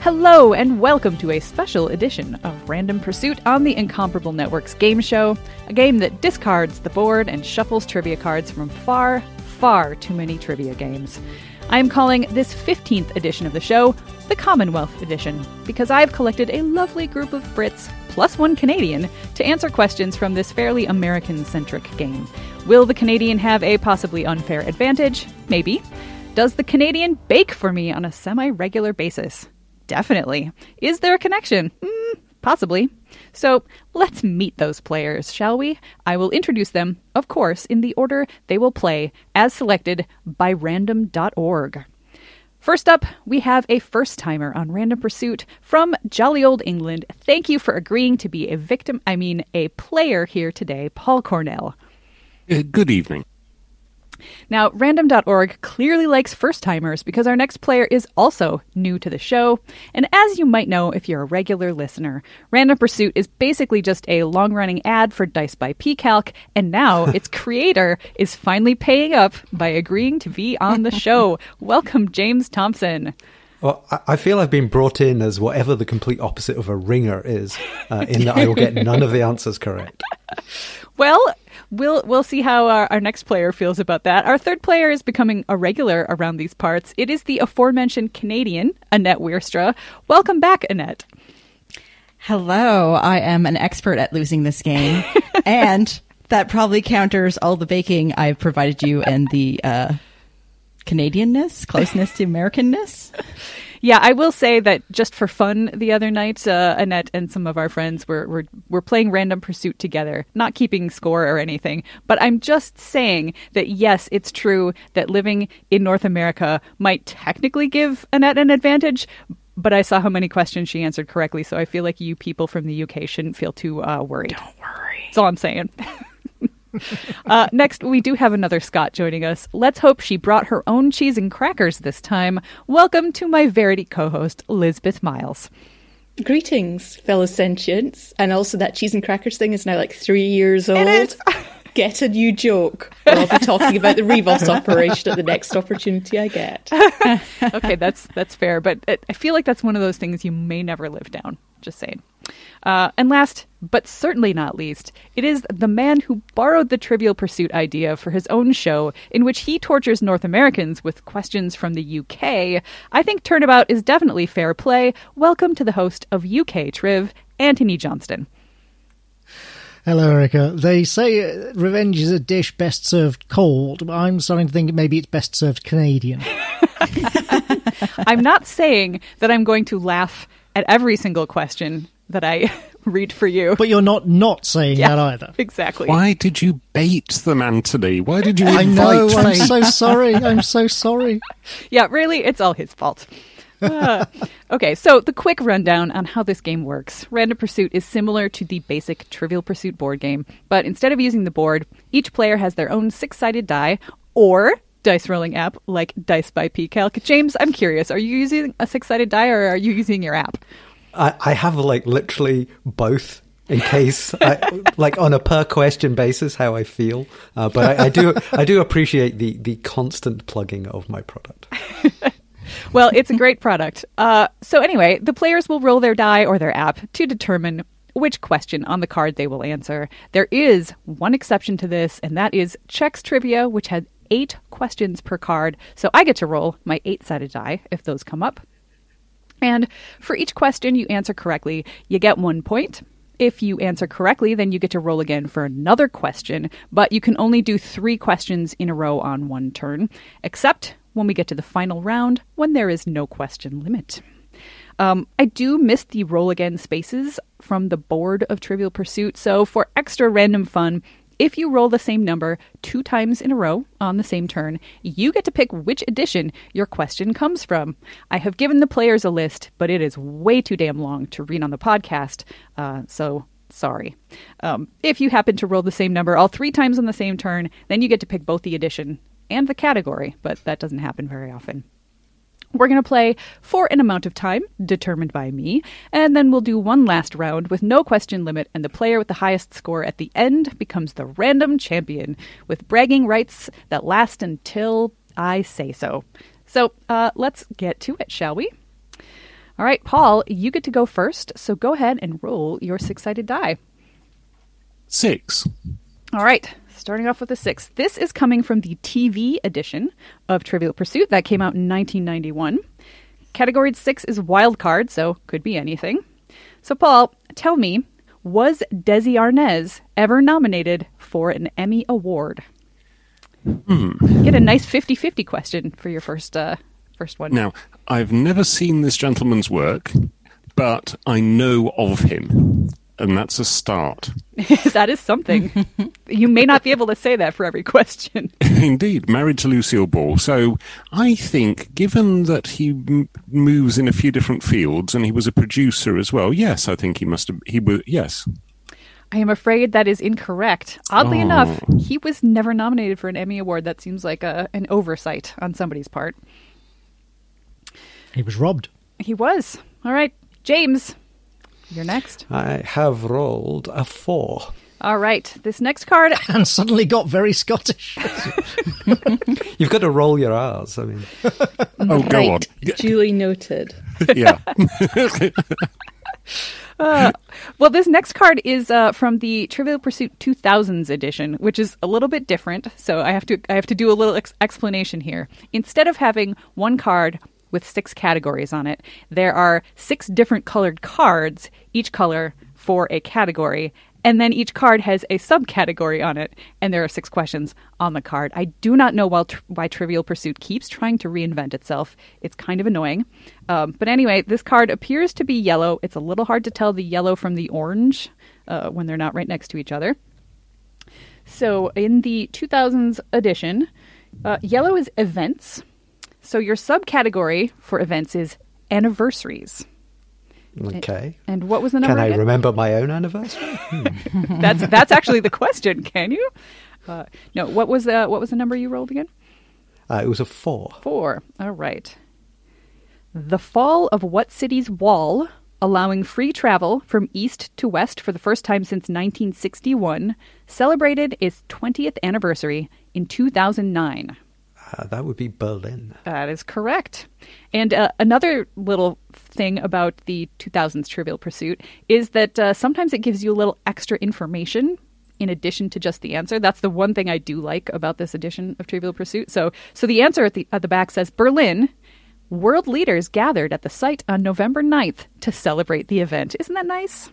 Hello, and welcome to a special edition of Random Pursuit on the Incomparable Network's game show, a game that discards the board and shuffles trivia cards from far, far too many trivia games. I am calling this 15th edition of the show the Commonwealth Edition because I've collected a lovely group of Brits, plus one Canadian, to answer questions from this fairly American centric game. Will the Canadian have a possibly unfair advantage? Maybe. Does the Canadian bake for me on a semi regular basis? Definitely. Is there a connection? Mm, possibly. So let's meet those players, shall we? I will introduce them, of course, in the order they will play, as selected by random.org. First up, we have a first timer on Random Pursuit from jolly old England. Thank you for agreeing to be a victim, I mean, a player here today, Paul Cornell. Uh, Good evening. Now, random.org clearly likes first timers because our next player is also new to the show. And as you might know if you're a regular listener, Random Pursuit is basically just a long running ad for Dice by PCalc, and now its creator is finally paying up by agreeing to be on the show. Welcome, James Thompson. Well, I- I feel I've been brought in as whatever the complete opposite of a ringer is, uh, in that I will get none of the answers correct. Well, we'll we'll see how our, our next player feels about that. Our third player is becoming a regular around these parts. It is the aforementioned Canadian, Annette Weirstra. Welcome back, Annette. Hello, I am an expert at losing this game, and that probably counters all the baking I've provided you and the uh, Canadianness, closeness to Americanness. Yeah, I will say that just for fun the other night, uh, Annette and some of our friends were, were were playing Random Pursuit together, not keeping score or anything. But I'm just saying that yes, it's true that living in North America might technically give Annette an advantage. But I saw how many questions she answered correctly, so I feel like you people from the UK shouldn't feel too uh, worried. Don't worry. That's all I'm saying. Uh, next, we do have another Scott joining us. Let's hope she brought her own cheese and crackers this time. Welcome to my Verity co host, Lisbeth Miles. Greetings, fellow sentients. And also, that cheese and crackers thing is now like three years old. is. Get a new joke. Or I'll be talking about the Revos operation at the next opportunity I get. Oh, Okay, that's that's fair, but it, I feel like that's one of those things you may never live down. Just saying. Uh, and last, but certainly not least, it is the man who borrowed the Trivial Pursuit idea for his own show, in which he tortures North Americans with questions from the UK. I think Turnabout is definitely fair play. Welcome to the host of UK Triv, Anthony Johnston. Hello, Erica. They say uh, revenge is a dish best served cold, but I'm starting to think maybe it's best served Canadian. I'm not saying that I'm going to laugh at every single question that I read for you. But you're not not saying Yeah, that either. Exactly. Why did you bait them, Anthony? Why did you I know. invite I'm fate? so sorry. I'm so sorry. yeah, really, it's all his fault. Ah. okay, so the quick rundown on how this game works. Random Pursuit is similar to the basic Trivial Pursuit board game, but instead of using the board, each player has their own six sided die or dice rolling app like Dice by PCalc. James, I'm curious, are you using a six sided die or are you using your app? I, I have like literally both in case, I, like on a per question basis, how I feel. Uh, but I, I do, I do appreciate the the constant plugging of my product. well, it's a great product. Uh, so, anyway, the players will roll their die or their app to determine which question on the card they will answer. There is one exception to this, and that is Chex Trivia, which had eight questions per card. So, I get to roll my eight sided die if those come up. And for each question you answer correctly, you get one point. If you answer correctly, then you get to roll again for another question, but you can only do three questions in a row on one turn, except when we get to the final round when there is no question limit. Um, I do miss the roll again spaces from the board of Trivial Pursuit, so for extra random fun, if you roll the same number two times in a row on the same turn, you get to pick which edition your question comes from. I have given the players a list, but it is way too damn long to read on the podcast, uh, so sorry. Um, if you happen to roll the same number all three times on the same turn, then you get to pick both the edition and the category, but that doesn't happen very often. We're going to play for an amount of time determined by me, and then we'll do one last round with no question limit, and the player with the highest score at the end becomes the random champion with bragging rights that last until I say so. So uh, let's get to it, shall we? All right, Paul, you get to go first. So go ahead and roll your six sided die. Six. All right, starting off with a six. This is coming from the TV edition of Trivial Pursuit that came out in 1991. Category six is wild card, so could be anything. So, Paul, tell me, was Desi Arnaz ever nominated for an Emmy Award? Get a nice 50 50 question for your first, uh, first one. Now, I've never seen this gentleman's work, but I know of him, and that's a start. that is something. you may not be able to say that for every question. Indeed, married to Lucille Ball. So I think, given that he m- moves in a few different fields and he was a producer as well, yes, I think he must have. He was yes. I am afraid that is incorrect. Oddly enough, he was never nominated for an Emmy Award. That seems like a, an oversight on somebody's part. He was robbed. He was. All right, James, you're next. I have rolled a four. All right, this next card. and suddenly got very Scottish. You've got to roll your R's. I mean, Oh, go on. Right. Duly noted. Yeah. Well, this next card is uh, from the Trivial Pursuit 2000s edition, which is a little bit different. So I have to I have to do a little ex- explanation here. Instead of having one card with six categories on it, there are six different colored cards, each color for a category, and then each card has a subcategory on it, and there are six questions on the card. I do not know why, why Trivial Pursuit keeps trying to reinvent itself. It's kind of annoying. Um, but anyway, this card appears to be yellow. It's a little hard to tell the yellow from the orange uh, when they're not right next to each other. So in the 2000s edition, uh, yellow is events. So your subcategory for events is anniversaries. okay. And what was the number? Can I again? remember my own anniversary? that's that's actually the question. Can you? Uh, no. What was the what was the number you rolled again? Uh, it was a four. Four. All right. The fall of what city's wall, allowing free travel from east to west for the first time since 1961, celebrated its 20th anniversary in 2009. Uh, that would be Berlin. That is correct. And uh, another little thing about the 2000s Trivial Pursuit is that uh, sometimes it gives you a little extra information in addition to just the answer. That's the one thing I do like about this edition of Trivial Pursuit. So, so the answer at the at the back says Berlin. World leaders gathered at the site on November 9th to celebrate the event. Isn't that nice?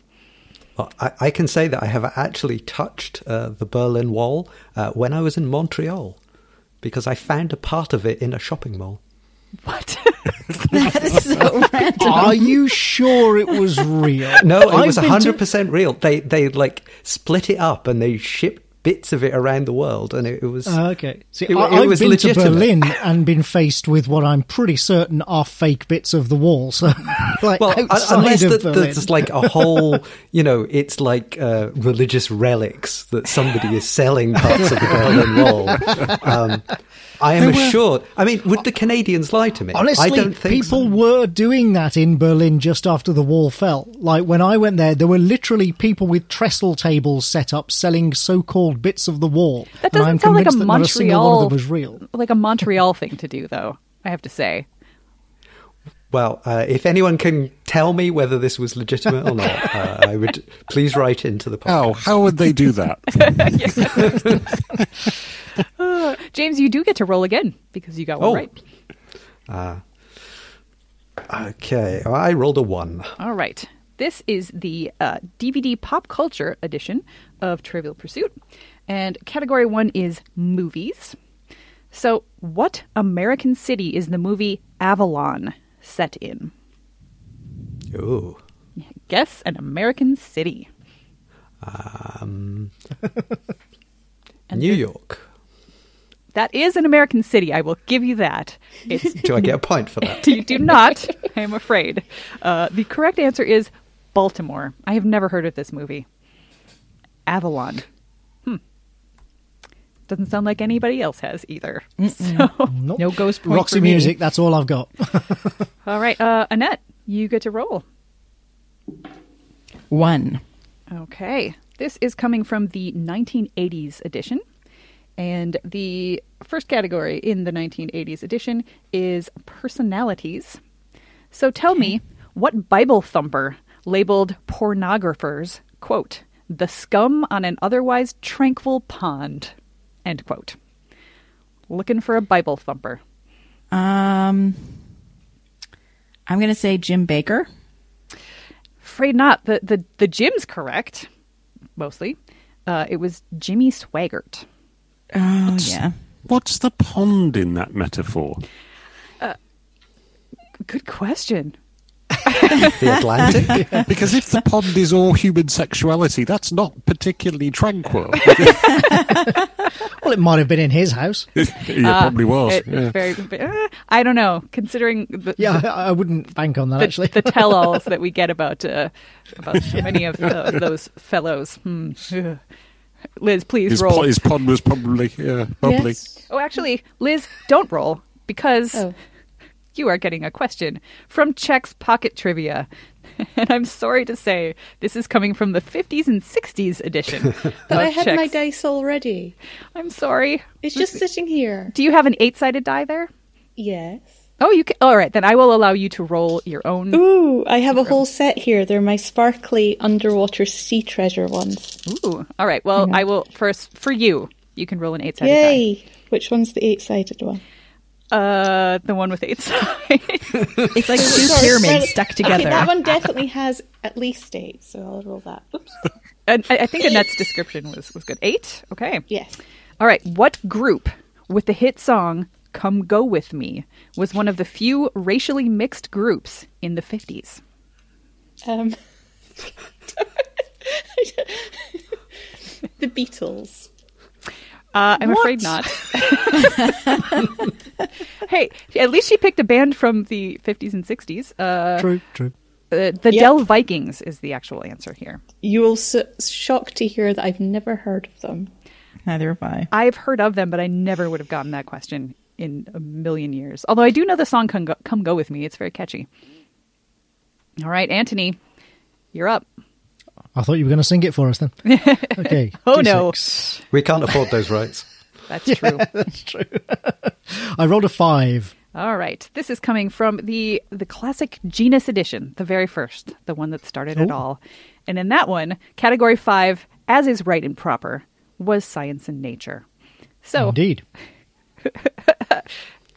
Well, I, I can say that I have actually touched uh, the Berlin Wall uh, when I was in Montreal because I found a part of it in a shopping mall. What? That is so random. Are you sure it was real? No, it was I've been to- hundred percent real. They they like split it up and they shipped bits of it around the world, and it, it was Ah, okay. See, It- I, it I've was been legitimate. to Berlin and been faced with what I'm pretty certain are fake bits of the wall. So, like Well, un- outside unless of that Berlin, there's like a whole, you know, it's like uh, religious relics that somebody is selling parts of the Berlin Wall. Um, I am assured. I mean, would the Canadians lie to me? honestly, I don't think so. people were doing that in Berlin just after the wall fell. Like when I went there, there were literally people with trestle tables set up selling so-called bits of the wall. That and doesn't I'm sound like a convinced that not single one Montreal of them was real. like a Montreal thing to do though, I have to say. Well, uh, if anyone can tell me whether this was legitimate or not, uh, I would please write into the podcast. Oh. How? How would they do that? James, you do get to roll again because you got one Oh. right. Okay, I rolled a one. All right. This is the uh, DVD pop culture edition of Trivial Pursuit. And category one is movies. So, what American city is the movie Avalon set in? Ooh. Guess an American city. Um, New York. That is an American city. I will give you that. It's, Do I get a point for that? you do not, I am afraid. Uh, the correct answer is Baltimore. I have never heard of this movie. Avalon. Hmm. Doesn't sound like anybody else has either. So. Nope. No ghost point Roxy for me. music. That's all I've got. All right, uh, Annette, you get to roll. One. Okay. This is coming from the 1980s edition. And the first category in the 1980s edition is personalities. So tell me, What Bible thumper labeled pornographers, quote, the scum on an otherwise tranquil pond, end quote? Looking for a Bible thumper. Um, I'm going to say Jim Baker. Afraid not. The, the, the Jim's correct, mostly. Uh, it was Jimmy Swaggart. Oh, yeah. What's the pond in that metaphor? Good question. The Atlantic. Because if the pond is all human sexuality, that's not particularly tranquil. Well, it might have been in his house. it probably was. Ah, It- yeah. very, uh, I don't know, considering the, Yeah, I, I wouldn't bank on that, actually. the tell-alls that we get about uh, about so many of uh, those fellows. Hmm. Ugh. Liz, please His, roll. po- his pond was probably, yeah, probably. Yes. Oh, actually, Liz, don't roll because Oh. you are getting a question from Czech's Pocket Trivia. And I'm sorry to say, this is coming from the 50s and 60s edition. of But I had my Czech's- dice already. I'm sorry. It's just sitting here. Do you have an eight-sided die there? Yes. Oh, you can. All right, then I will allow you to roll your own. Ooh, I have a whole set here. They're my sparkly underwater sea treasure ones. Ooh. All right. Well, I will first for you. You can roll an eight-sided die. Yay! Which one's the eight-sided one? Uh, the one with eight sides. It's like two Sorry, sorry. pyramids stuck together. Okay, that one definitely has at least eight, so I'll roll that. Oops. and I, I think Annette's description was was good. Eight. Okay. Yes. All right. What group with the hit song "Come Go With Me" was one of the few racially mixed groups in the fifties? Um, the Beatles. Uh, I'm afraid not. hey, at least she picked a band from the 50s and 60s. Uh, true, true. uh, the Yep. Dell Vikings is the actual answer here. You will s- shock to hear that I've never heard of them. Neither have I. I've heard of them, but I never would have gotten that question in a million years. Although I do know the song "Come Go, Come Go With Me." It's very catchy. All right, Anthony, you're up. I thought you were going to sing it for us then. Okay. Oh, no. D6. We can't afford those rights. That's true. I rolled a five. All right, this is coming from the the classic Genus edition, the very first, the one that started it all. And in that one, category five, as is right and proper, was science and nature. So Indeed.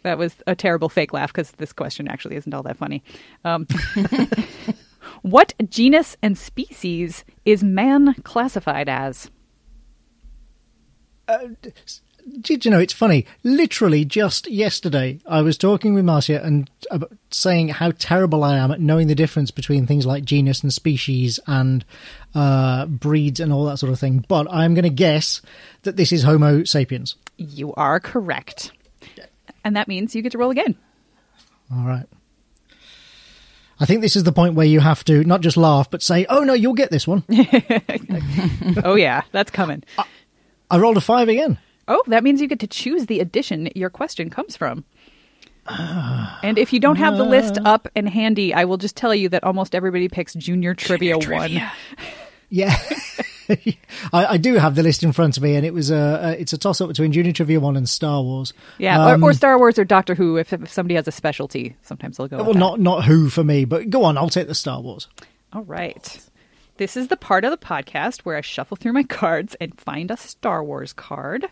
That was a terrible fake laugh because this question actually isn't all that funny. Um, what genus and species is man classified as? Did you know it's funny? Literally, just yesterday, I was talking with Marcia and about saying how terrible I am at knowing the difference between things like genus and species and uh, breeds and all that sort of thing. But I'm going to guess that this is Homo sapiens. You are correct. And that means you get to roll again. All right. I think this is the point where you have to not just laugh, but say, "Oh no, you'll get this one." oh, yeah, that's coming. I rolled a five again. Oh, that means you get to choose the edition your question comes from. And if you don't have the list up and handy, I will just tell you that almost everybody picks Junior Trivia 1. Yeah. I, I do have the list in front of me, and it was a, a it's a toss up between Junior Trivia One and Star Wars. Yeah, or, Um, or Star Wars or Doctor Who if, if somebody has a specialty. Sometimes they'll go. with Well, that. not not who for me, but go on. I'll take the Star Wars. All right. This is the part of the podcast where I shuffle through my cards and find a Star Wars card.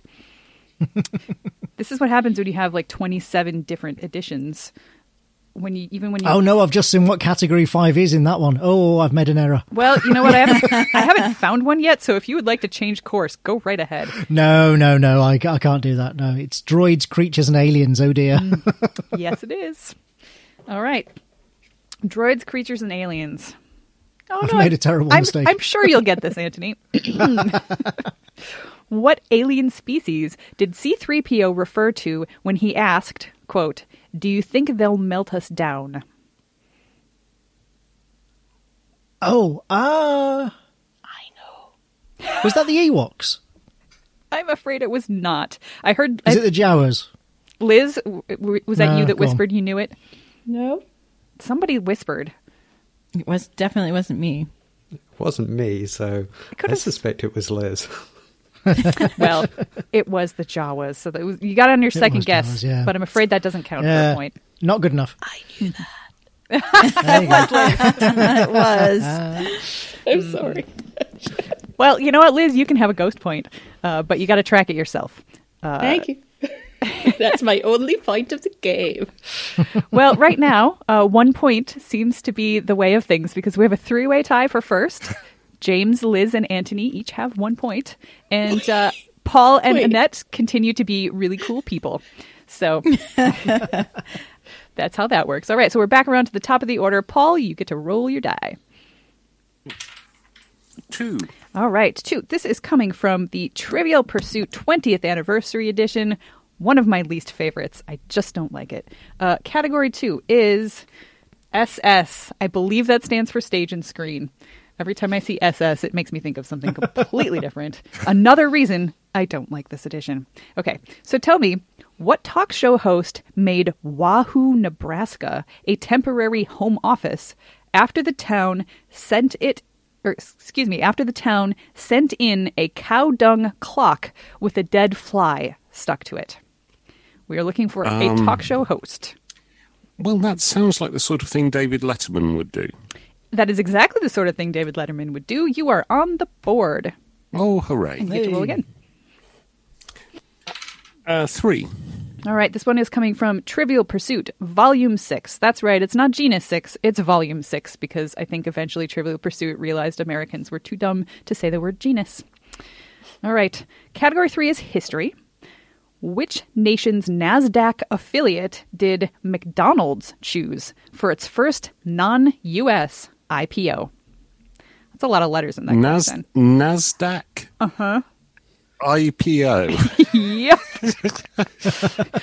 this is what happens when you have like 27 different editions. When you even when you Oh no, I've just seen what category five is in that one. Oh, I've made an error. well, you know what? I haven't I haven't found one yet, so if you would like to change course, go right ahead. No, no, no. I, I can't do that. No, it's droids, creatures, and aliens. Oh dear. Mm. Yes, it is. All right. Droids, creatures and aliens. Oh, I've no, made I- a terrible I'm, mistake. I'm sure you'll get this, Anthony. what alien species did C3PO refer to when he asked, quote, "Do you think they'll melt us down?" oh, ah. I know. Was that the Ewoks? I'm afraid it was not. I heard Is I- it the Jawas? Liz w- w- was that No, you that go on. whispered you knew it? No. Somebody whispered. It was definitely wasn't me. It wasn't me, so I, could've- suspect it was Liz. Well, it was the Jawas. So that was, you got on your second was guess, Jawas, yeah. but I'm afraid that doesn't count for a point. Not good enough. There you go. it was. I'm Mm. sorry. Well, you know what, Liz? You can have a ghost point, uh, but you got to track it yourself. Uh, Thank you. That's my only point of the game. Well, right now, uh, one point seems to be the way of things because we have a three way tie for first. James, Liz, and Anthony each have one point, and uh, Paul and Wait. Annette continue to be really cool people. So that's how that works. All right, so we're back around to the top of the order. Paul, you get to roll your die. Two. All right, two. This is coming from the Trivial Pursuit 20th Anniversary Edition, one of my least favorites. I just don't like it. Uh, category two is SS. I believe that stands for stage and screen. Every time I see SS, it makes me think of something completely different. Another reason I don't like this edition. Okay, so tell me, what talk show host made Wahoo, Nebraska a temporary home office after the town sent it or excuse me, after the town sent in a cow dung clock with a dead fly stuck to it. We are looking for a talk show host. Well, that sounds like the sort of thing David Letterman would do. That is exactly the sort of thing David Letterman would do. You are on the board. Oh, hooray. You get to roll again. Uh, three. All right, this one is coming from Trivial Pursuit, Volume 6. That's right, it's not Genus 6, it's Volume 6, because I think eventually Trivial Pursuit realized Americans were too dumb to say the word genus. All right, category 3 is History. Which nation's NASDAQ affiliate did McDonald's choose for its first non US IPO? That's a lot of letters in that Nas- question. NASDAQ. Uh huh. Uh-huh. IPO. Yep.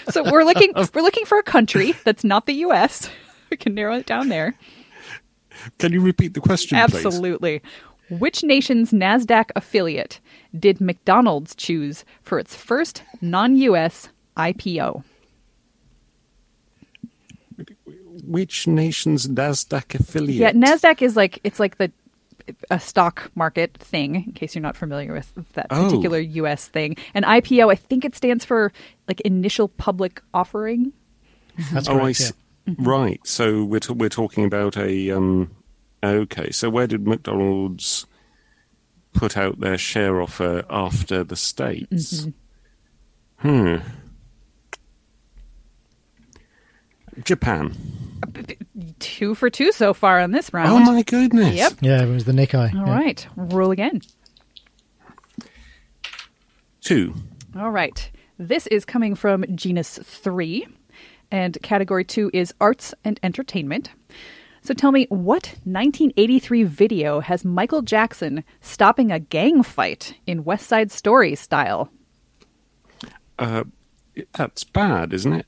so we're looking we're looking for a country that's not the US. We can narrow it down there. Can you repeat the question, please? Absolutely. Which nation's Nasdaq affiliate did McDonald's choose for its first non-US IPO? Which nation's NASDAQ affiliate? Yeah, Nasdaq is like it's like the a stock market thing. In case you're not familiar with that Oh. particular U.S. thing, and IPO, I think it stands for like initial public offering. That's Oh, I correct, Mm-hmm. s- Right. So we're t- we're talking about a um. Okay. So where did McDonald's put out their share offer after the states? Mm-hmm. Hmm. Japan. Two for two so far on this round. Oh my goodness. Yep. yeah. yeah, it was the Nikkei. All yeah. right, roll again. Two. All right. This is coming from genus 3, and category 2 is arts and entertainment. So tell me, what 1983 video has Michael Jackson stopping a gang fight in West Side Story style? That's bad, isn't it?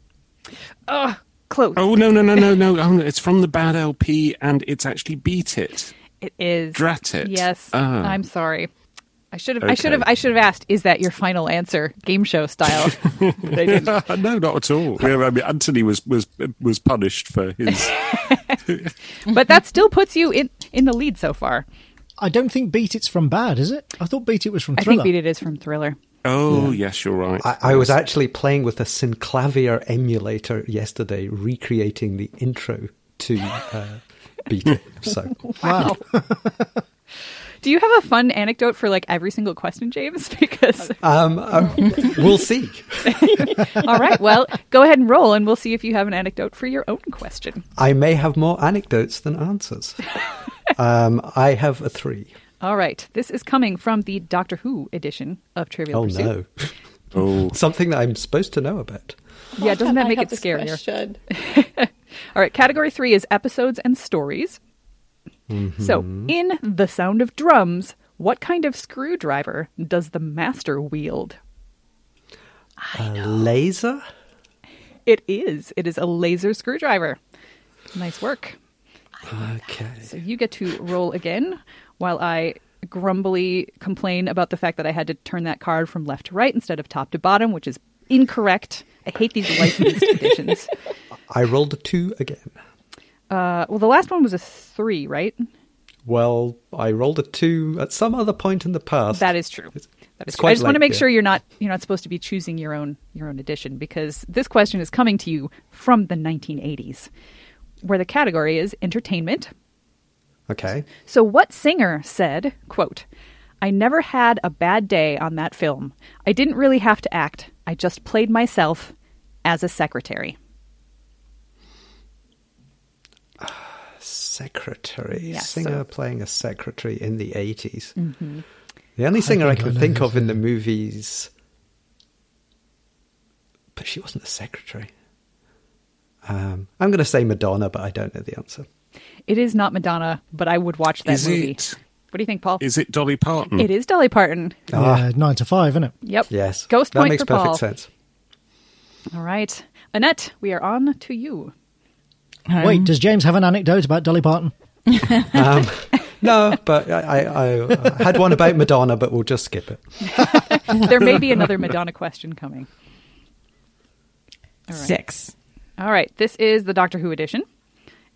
Close. Oh no no no no no! Oh, it's from the bad LP, and it's actually beat it. It is. Drat it. Yes. Ah. I'm sorry. I should have. I should Okay. have. I should have asked. Is that your final answer, game show style? But I didn't. no, not at all. Yeah, I mean, Anthony was was was punished for his. But that still puts you in in the lead so far. I don't think Beat It's from Bad, is it? I thought Beat It was from I Thriller. think beat it is from Thriller. Oh yes, you're right. I, I was actually playing with a Synclavier emulator yesterday, recreating the intro to uh, Beat It. So Wow. Do you have a fun anecdote for like every single question, James? Because um, um, we'll see. uh. all right, well, go ahead and roll, and we'll see if you have an anecdote for your own question. I may have more anecdotes than answers. Um, I have a three. All right, this is coming from the Doctor Who edition of Trivial Oh Pursuit. no, Oh, something that I'm supposed to know about. Yeah, doesn't that make it scarier? All right, category three is episodes and stories. Mm-hmm. So, in the sound of drums, what kind of screwdriver does the master wield? A laser. It is. It is a laser screwdriver. Nice work. Okay. So you get to roll again while I grumbly complain about the fact that I had to turn that card from left to right instead of top to bottom, which is incorrect. I hate these licensed editions. I rolled a two again. Uh, well, the last one was a three, right? Well, I rolled a two at some other point in the past. That is true. It's- That is it's true. I just want to late make here. sure you're not you're not supposed to be choosing your own your own edition because this question is coming to you from the 1980s, where the category is entertainment. Okay. So what singer said, quote, I never had a bad day on that film. I didn't really have to act. I just played myself as a secretary. Secretary. Yes, Mm-hmm. singer so- playing a secretary in the 80s. The only singer I, can think of in the movies. But she wasn't a secretary. Um, I'm going to say Madonna, but I don't know the answer. It is not Madonna, but I would watch that Is movie. it- What do you think, Paul? Is it Dolly Parton? it is Dolly Parton. Yeah, nine to five, isn't it? Yep. Yes. Ghost that point makes for perfect Paul. sense. All right. Annette, we are on to you. Wait, does James have an anecdote about Dolly Parton? Um, no, but I, I, I had one about Madonna, but we'll just skip it. There may be another Madonna question coming. Six. All right. This is the Doctor Who edition.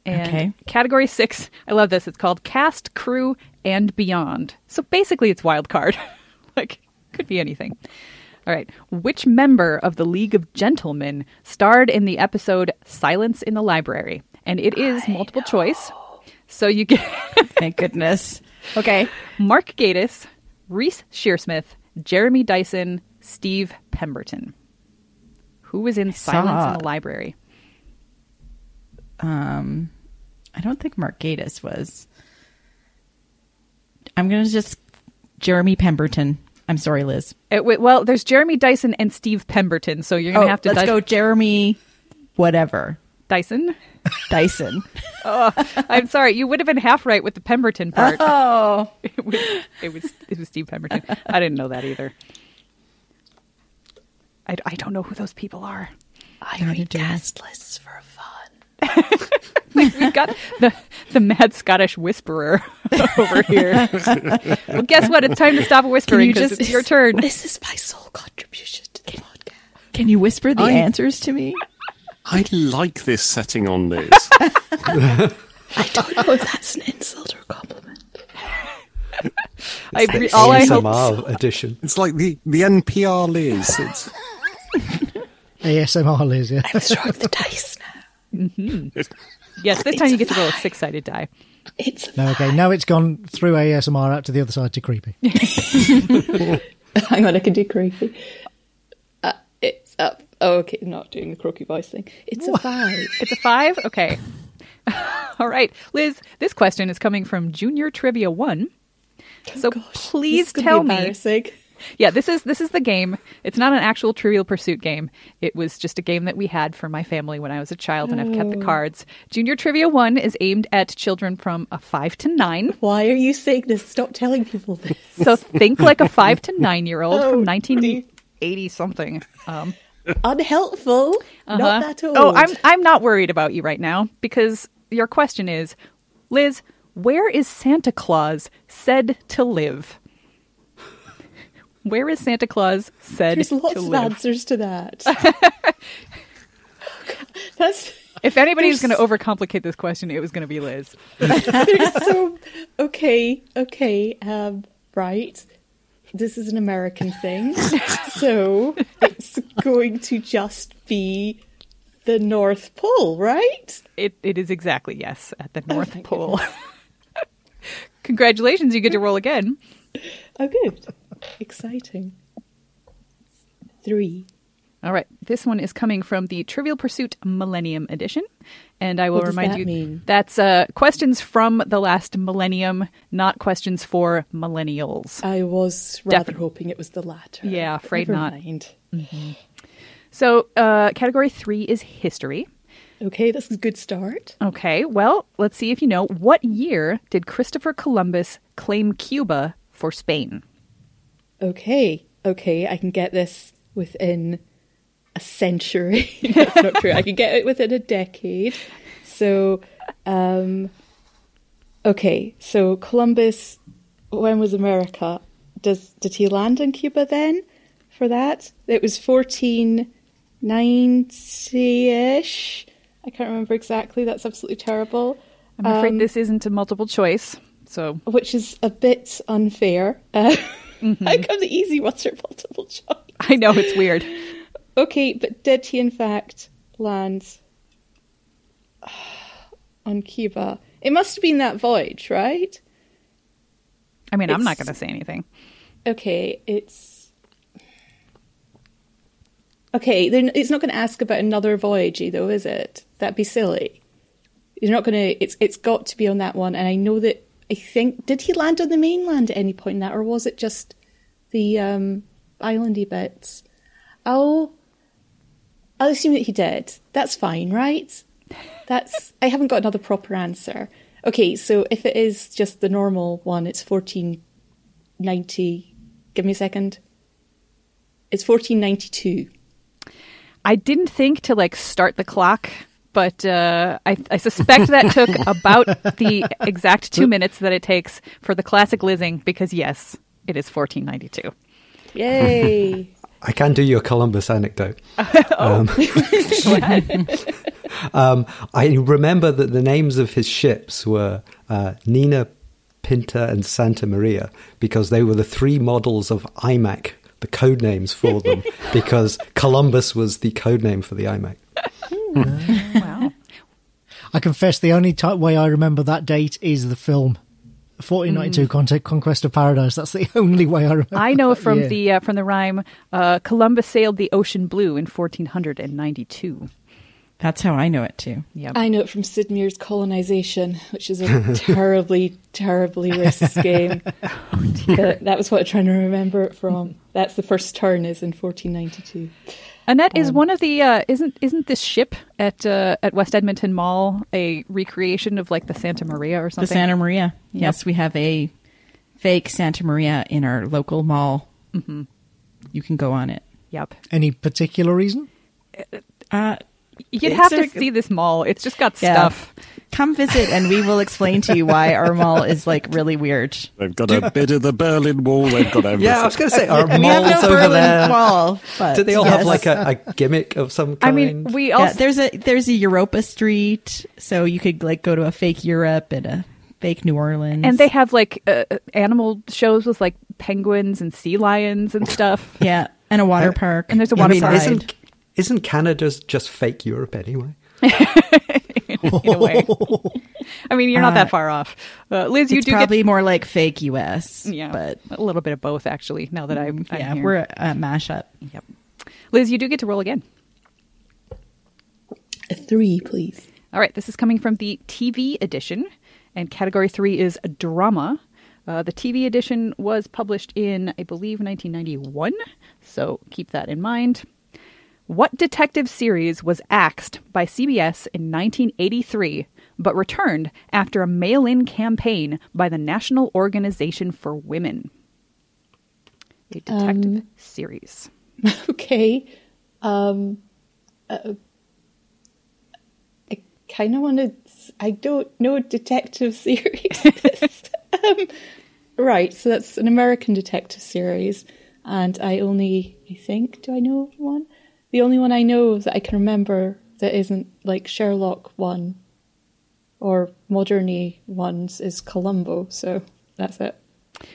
And Okay. category six, I love this. It's called Cast, Crew, and Beyond. So basically, it's wild card. like, could be anything. All right. Which member of the League of Gentlemen starred in the episode Silence in the Library? And it is multiple choice. So you get Thank goodness. Okay. Mark Gatiss, Reese Shearsmith, Jeremy Dyson, Steve Pemberton. Who was in Silence in saw- the Library? Um, I don't think Mark Gatiss was. I'm gonna just Jeremy Pemberton. I'm sorry, Liz. It, wait, well, there's Jeremy Dyson and Steve Pemberton, so you're gonna have to Oh, let's Dy- go, Jeremy. Whatever Dyson. Dyson. I'm sorry, you would have been half right with the Pemberton part. oh, it, was, it was it was Steve Pemberton. I didn't know that either. I, I don't know who those people are. I read cast lists for fun. We've got the the mad Scottish whisperer over here. well, guess what? It's time to stop whispering you 'cause just- it's your turn. This is my sole contribution to the podcast. can you whisper the I- answers to me? I like this setting on this. I don't know if Oh, that's an insult or compliment. I, The re- all I hope ASMR edition. it's like the, the NPR Liz. It's, ASMR Liz, yeah. I was throwing the dice now. Yes, this time you get to roll a six sided die. It's a No, okay, now it's gone through ASMR out to the other side to creepy. Hang on, I can do creepy. Uh, it's up. Oh, okay, not doing the croaky voice thing. It's a five. It's a five? Okay. All right. Liz, this question is coming from Junior Trivia One. So please tell me. Yeah, this is this is the game. It's not an actual Trivial Pursuit game. It was just a game that we had for my family when I was a child, and I've kept the cards. Junior Trivia One is aimed at children from a five to nine. Why are you saying this? Stop telling people this. So think like a five to nine year old Oh, from nineteen eighty something. Um, Unhelpful. Uh-huh. Not that old. Oh, I'm I'm not worried about you right now because your question is, Liz, where is Santa Claus said to live? Where is Santa Claus said There's lots to of live? answers to that. Oh, God, That's If anybody's going There's- to overcomplicate this question, it was going to be Liz. there's so okay, okay, um, right. This is an American thing, so it's going to just be the North Pole, right? It it is exactly yes at Oh, the North Pole. Congratulations, you get to roll again. Oh, good, exciting. Three. All right, this one is coming from the Trivial Pursuit Millennium Edition, and I will What does remind that you mean? that's uh, questions from the last millennium, not questions for millennials. I was rather Defi- hoping it was the latter. Yeah, but afraid never not. Mind. So, uh, category three is history. Okay, that's a good start. Okay, well, let's see if you know what year did Christopher Columbus claim Cuba for Spain? okay, okay, I can get this within a century. That's not true. I can get it within a decade. So, um, okay, so Columbus, when was America? Does did he land in Cuba then? For that, it was fourteen ninety ish. I can't remember exactly. That's absolutely terrible I'm Um, afraid this isn't a multiple choice. So, which is a bit unfair. Uh, How come the easy ones are multiple choice? I know it's weird. Okay, but did he in fact land? on Cuba. It must have been that voyage, right? I mean, I'm not It's- going to say anything. Okay, it's okay. Then it's not going to ask about another voyage, though, is it? That'd be silly. You're not going to. It's it's got to be on that one, and I know that. I think did he land on the mainland at any point in that, or was it just the um, islandy bits? Oh, I'll assume that he did. That's fine, right? That's I haven't got another proper answer. Okay, so if it is just the normal one, it's fourteen ninety. Give me a second. It's fourteen ninety two. I didn't think to like start the clock, but uh, I, I suspect that took about the exact two minutes that it takes for the classic lizing. Because yes, it is 1492. Yay! I can do you a Columbus anecdote. Um, um, I remember that the names of his ships were uh, Nina, Pinta, and Santa Maria because they were the three models of iMac, the code names for them, because Columbus was the code name for the iMac. Wow. I confess the only ti way I remember that date is the film. 1492 Con- Conquest of Paradise. That's the only way I remember. Mm. I know that from year. the uh, from the rhyme, uh, Columbus sailed the ocean blue in 1492. That's how I know it too. Yep. I know it from Sid Meier's Colonization, which is a terribly, terribly racist game. but that was what I'm trying to remember it from. That's the first turn is in 1492. Annette is one of the uh, isn't isn't this ship at uh, at West Edmonton Mall a recreation of like the Santa Maria or The something? Santa Maria. Yes, we have a fake Santa Maria in our local mall. Mm-hmm. You can go on it. Yep. Any particular reason? Uh, You'd It's have to a- see this mall. It's just got yeah. stuff. Come visit, and we will explain to you why our mall is like really weird. They've got a bit of the Berlin Wall. They've got everything. Yeah, I was going to say, our we have malls no over Berlin there. Wall. But Do they all have yes. like a, a gimmick of some kind? I mean, we Yeah, also there's a there's a Europa Street, so you could like go to a fake Europe and a fake New Orleans. and they have like uh, animal shows with like penguins and sea lions and stuff. yeah, and a water park. And there's a I water mean, park. isn't isn't Canada just fake Europe anyway? in a way. I mean, you're not that far off, uh, Liz. You it's do probably more like fake U.S. get yeah, but Mm, a little bit of both actually. Now that I'm, I'm yeah, here. we're a, a mashup. yep. Liz, you do get to roll again. A three, please. All right, this is coming from the TV edition, and category three is drama. Uh, the TV edition was published in, I believe, 1991, so keep that in mind. What detective series was axed by CBS in 1983 but returned after a mail in campaign by the National Organization for Women? A detective series. Okay. Um, uh, I kind of want to. I don't know a detective series. um, right, so that's an American detective series, and I only, I think, do I know one? The only one I know that I can remember that isn't like Sherlock one or moderny ones is Columbo. So that's it.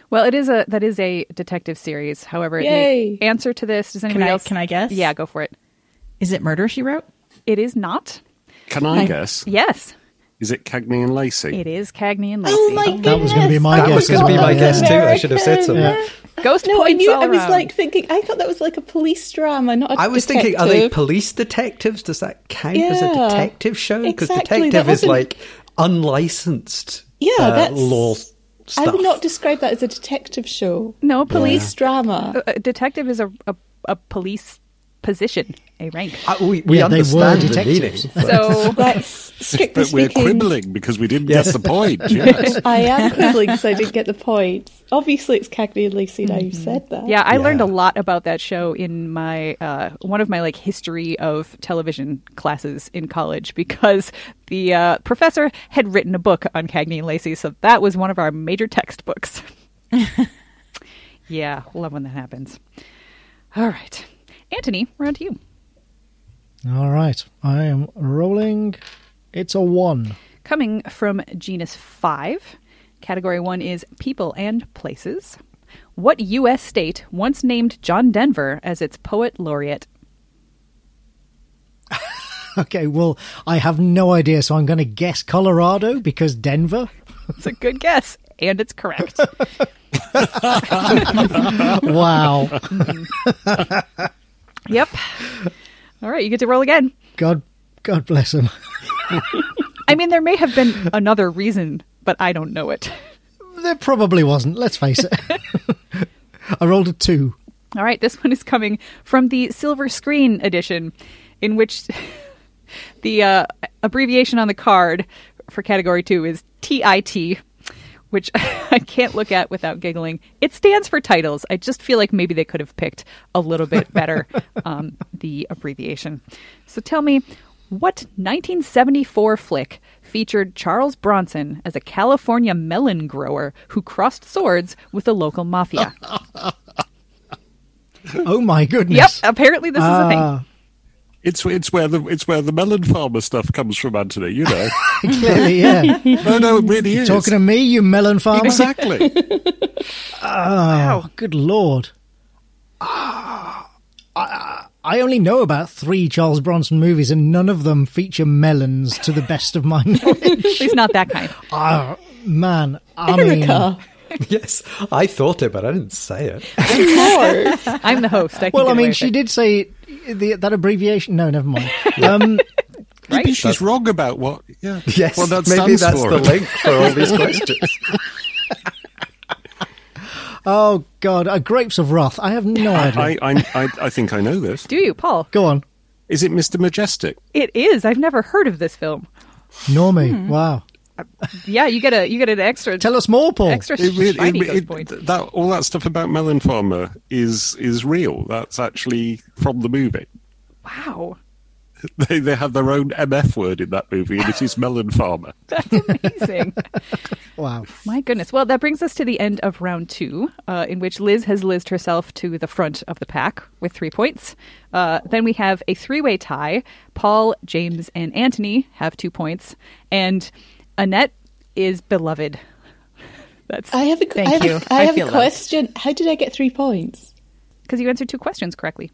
Well, it is a that is a detective series. However, Yay. the answer to this does anybody I- else? can I guess? Yeah, go for it. Is it Murder She Wrote? It is not. Can I guess? Yes, Is it Cagney and Lacey? it is Cagney and Lacey. Oh my goodness! That was gonna be my Oh That was guess going to as be well, my yeah. guess too. I should have said something. Yeah. Ghost No, I points knew. all I was around. like thinking. I thought that was like a police drama, not a Um, I was detective. thinking, are they police detectives? Does that count as a Yeah. detective show? Because Exactly, that detective is wasn't- like unlicensed. Yeah, uh, that's law s- stuff. I would not describe that as a detective show. Uh, No, police police. drama. A- a detective is a, a a police position, a rank. Uh, we we Yeah, they were understand the meaning. detectives. but- So That's strictly But we're speaking. quibbling because we didn't guess the point. yes. I am quibbling because I didn't get the point. Obviously, it's Cagney and Lacey. Now you said that. yeah, I learned a Yeah. lot about that show in my uh, one of my like history of television classes in college because the uh, professor had written a book on Cagney and Lacey, so that was one of our major textbooks. yeah, love when that happens. All right, Anthony, we're on to you. All right. I am rolling. It's a one. Coming from genus 5, category 1 is people and places. What U.S. state once named John Denver as its poet laureate? Okay, well, I have no idea, so I'm going to guess Colorado because Denver. It's a good guess, and it's correct. Wow. yep. All right, you get to roll again. God, God bless them. I mean, there may have been another reason, but I don't know it. There probably wasn't. Let's face it. I rolled a two. All right, this one is coming from the Silver Screen edition, in which the uh, abbreviation on the card for category two is TIT, which I can't look at without giggling. It stands for titles. I just feel like maybe they could have picked a little bit better um, the abbreviation. So tell me, what 1974 flick featured Charles Bronson as a California melon grower who crossed swords with the local mafia? Oh my Yep, goodness. apparently this is a thing. It's it's where the it's where the melon farmer stuff comes from, Anthony. You know. Clearly, yeah. no, no, it really is. Talking to me, you melon farmer. exactly. Oh, good lord. Ah, I, I only know about three Charles Bronson movies, and none of them feature melons to the best of my knowledge. At least not that kind. Ah, man. I mean, Erica, yes, I thought it, but I didn't say it. of course. I'm the host. I can well, get I away mean, with she it. did say the, that abbreviation. No, never mind. Um, Maybe she's wrong about what. Yeah. Yes, Well, that maybe stands that's for the it. link for all these questions. oh, God. Uh, Grapes of Wrath. I have no idea. I, I, I, I think I know this. Do you, Paul? Go on. Is it Mr. Majestic? It is. I've never heard of this film. Normie. Hmm. Wow. Yeah, you get a you get an extra Tell us more, Paul. extra It really- shiny it- ghost it- point. that all that stuff about Melon Farmer is is real. That's actually from the movie. Wow, They they have their own MF word in that movie, and it is Melon Farmer. that's amazing. Wow. My goodness. Well, that brings us to the end of round two, uh, in which Liz has Lized herself to the front of the pack with three points. Uh, then we have a three way tie. Paul, James, and Anthony have two points, and Annette is beloved. That's I have a, I Thank have you. a, I I have feel a loved. question. How did I get three points? because you answered two questions correctly.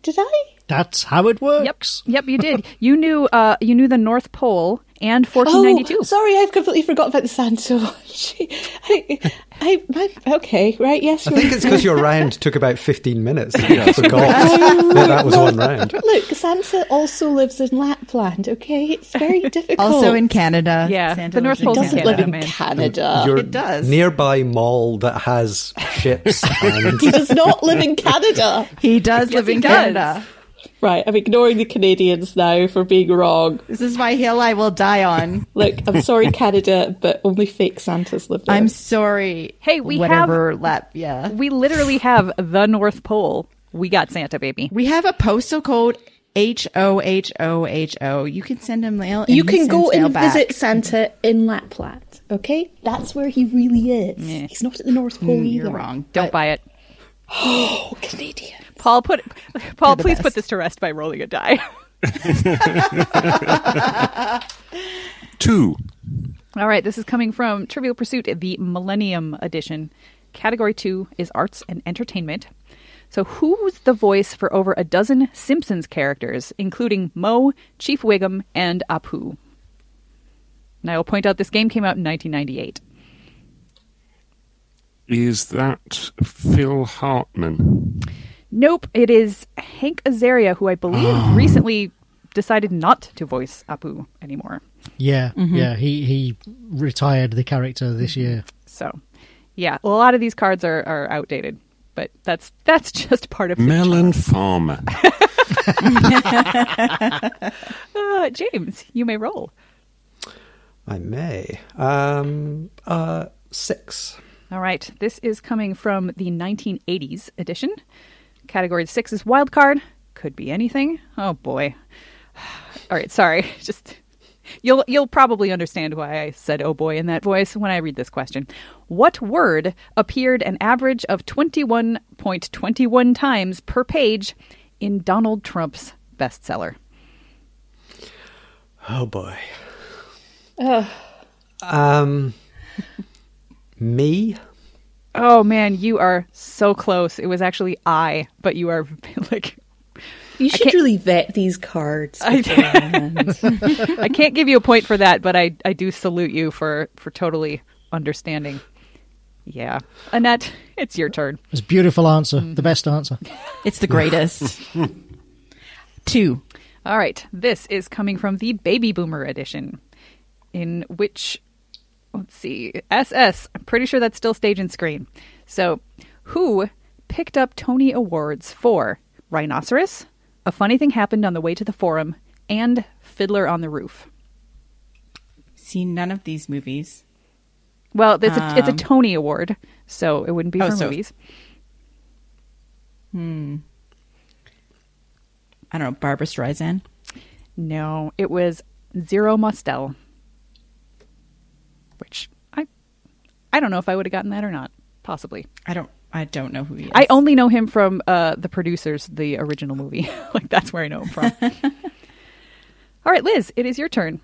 Did I? That's how it Yep. works. Yep, you did. You knew uh you knew the North Pole and 1492. Oh, sorry, I've completely forgot about the Santorini. I, I, my, okay, right, yes. I you're think it's because your round took about 15 minutes. and you Yeah. forgot that that was one round. Look, Santa also lives in Lapland, okay? It's very difficult. Also in Canada. Yeah, Santa the North lives in Pole's in doesn't Canada. live in man. Canada. Your It does. nearby mall that has ships and He does not live in Canada. He does live he in does. Canada. Right, I'm ignoring the Canadians now for being wrong. This is my hill I will die on. Look, I'm sorry, Canada, but only fake Santas live there. I'm sorry. Hey, we whatever lap. Yeah, We literally have the North Pole. We got Santa baby. we have a postal code H O H O H O. You can send him mail. And you he can go sends mail and back. visit Santa in Lapland, okay? That's where he really is. He's not at the North Pole either. You're wrong. Don't Don't buy buy. it. Oh, Canadian. Paul put Paul the please best. put this to rest by rolling a die. Two. All right, this is coming from Trivial Pursuit, the Millennium Edition. Category two is arts and entertainment. So, who was the voice for over a dozen Simpsons characters, including Mo, Chief Wiggum, and Apu? And I will point out this game came out in 1998. Is that Phil Hartman? Nope, it is Hank Azaria, who I believe recently decided not to voice Apu anymore. Yeah. Yeah. He, he retired the character this year. So, yeah, a lot of these cards are, are outdated, but that's that's just part of the Melon Farmer. Uh, James, you may roll. I may. Um, uh, six. All right. This is coming from the 1980s edition. Category six is wild card. Could be anything. Oh boy. All right. Sorry. Just you'll you'll probably understand why I said "oh boy" in that voice when I read this question. What word appeared an average of 21.21 times per page in Donald Trump's bestseller? Oh boy. Um, me. Oh man, you are so close. It was actually I, but you are like You should can't- really vet these cards. I- beforehand. I can't give you a point for that, but I, I do salute you for, for totally understanding. Yeah. Annette, it's your turn. It's a beautiful answer, the best answer. It's the greatest. Two. All right. This is coming from the Baby Boomer edition, in which, let's see, SS, I'm pretty sure that's still stage and screen. So, who picked up Tony Awards for Rhinoceros, A Funny Thing Happened on the Way to the Forum, and Fiddler on the Roof? Seen none of these movies. Well, it's a, it's a Tony Award, so it wouldn't be Um. Oh, for so- movies. I don't know. Barbara Streisand. No, it was Zero Mostel, which I I don't know if I would have gotten that or not. Possibly. I don't. I don't know who he is. I only know him from uh, the producers, the original movie. like that's where I know him from. All right, Liz, it is your turn.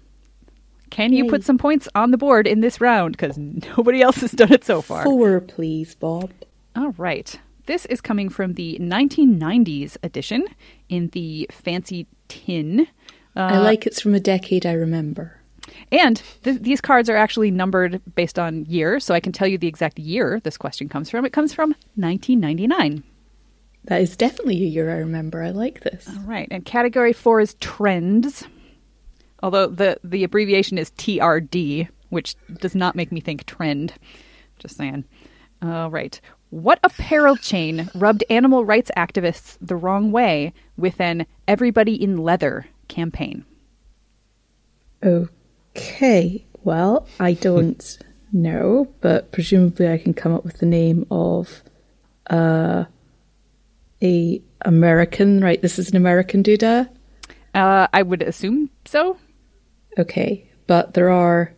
Can you put some points on the board in this round? Because nobody else has done it so far. Four, please, Bob. All right. This is coming from the 1990s edition in the fancy tin. uh, I like it's from a decade I remember. And th- these cards are actually numbered based on year, so I can tell you the exact year this question comes from. It comes from 1999. That is definitely a year I remember. I like this. All right, and category four is trends, although the the abbreviation is TRD, which does not make me think trend. Just saying. All right, what apparel chain rubbed animal rights activists the wrong way with an "Everybody in Leather" campaign? Okay. Well, I don't know, but presumably I can come up with the name of uh, a American. Right, this is an American Duda. Uh, I would assume so. Okay, but there are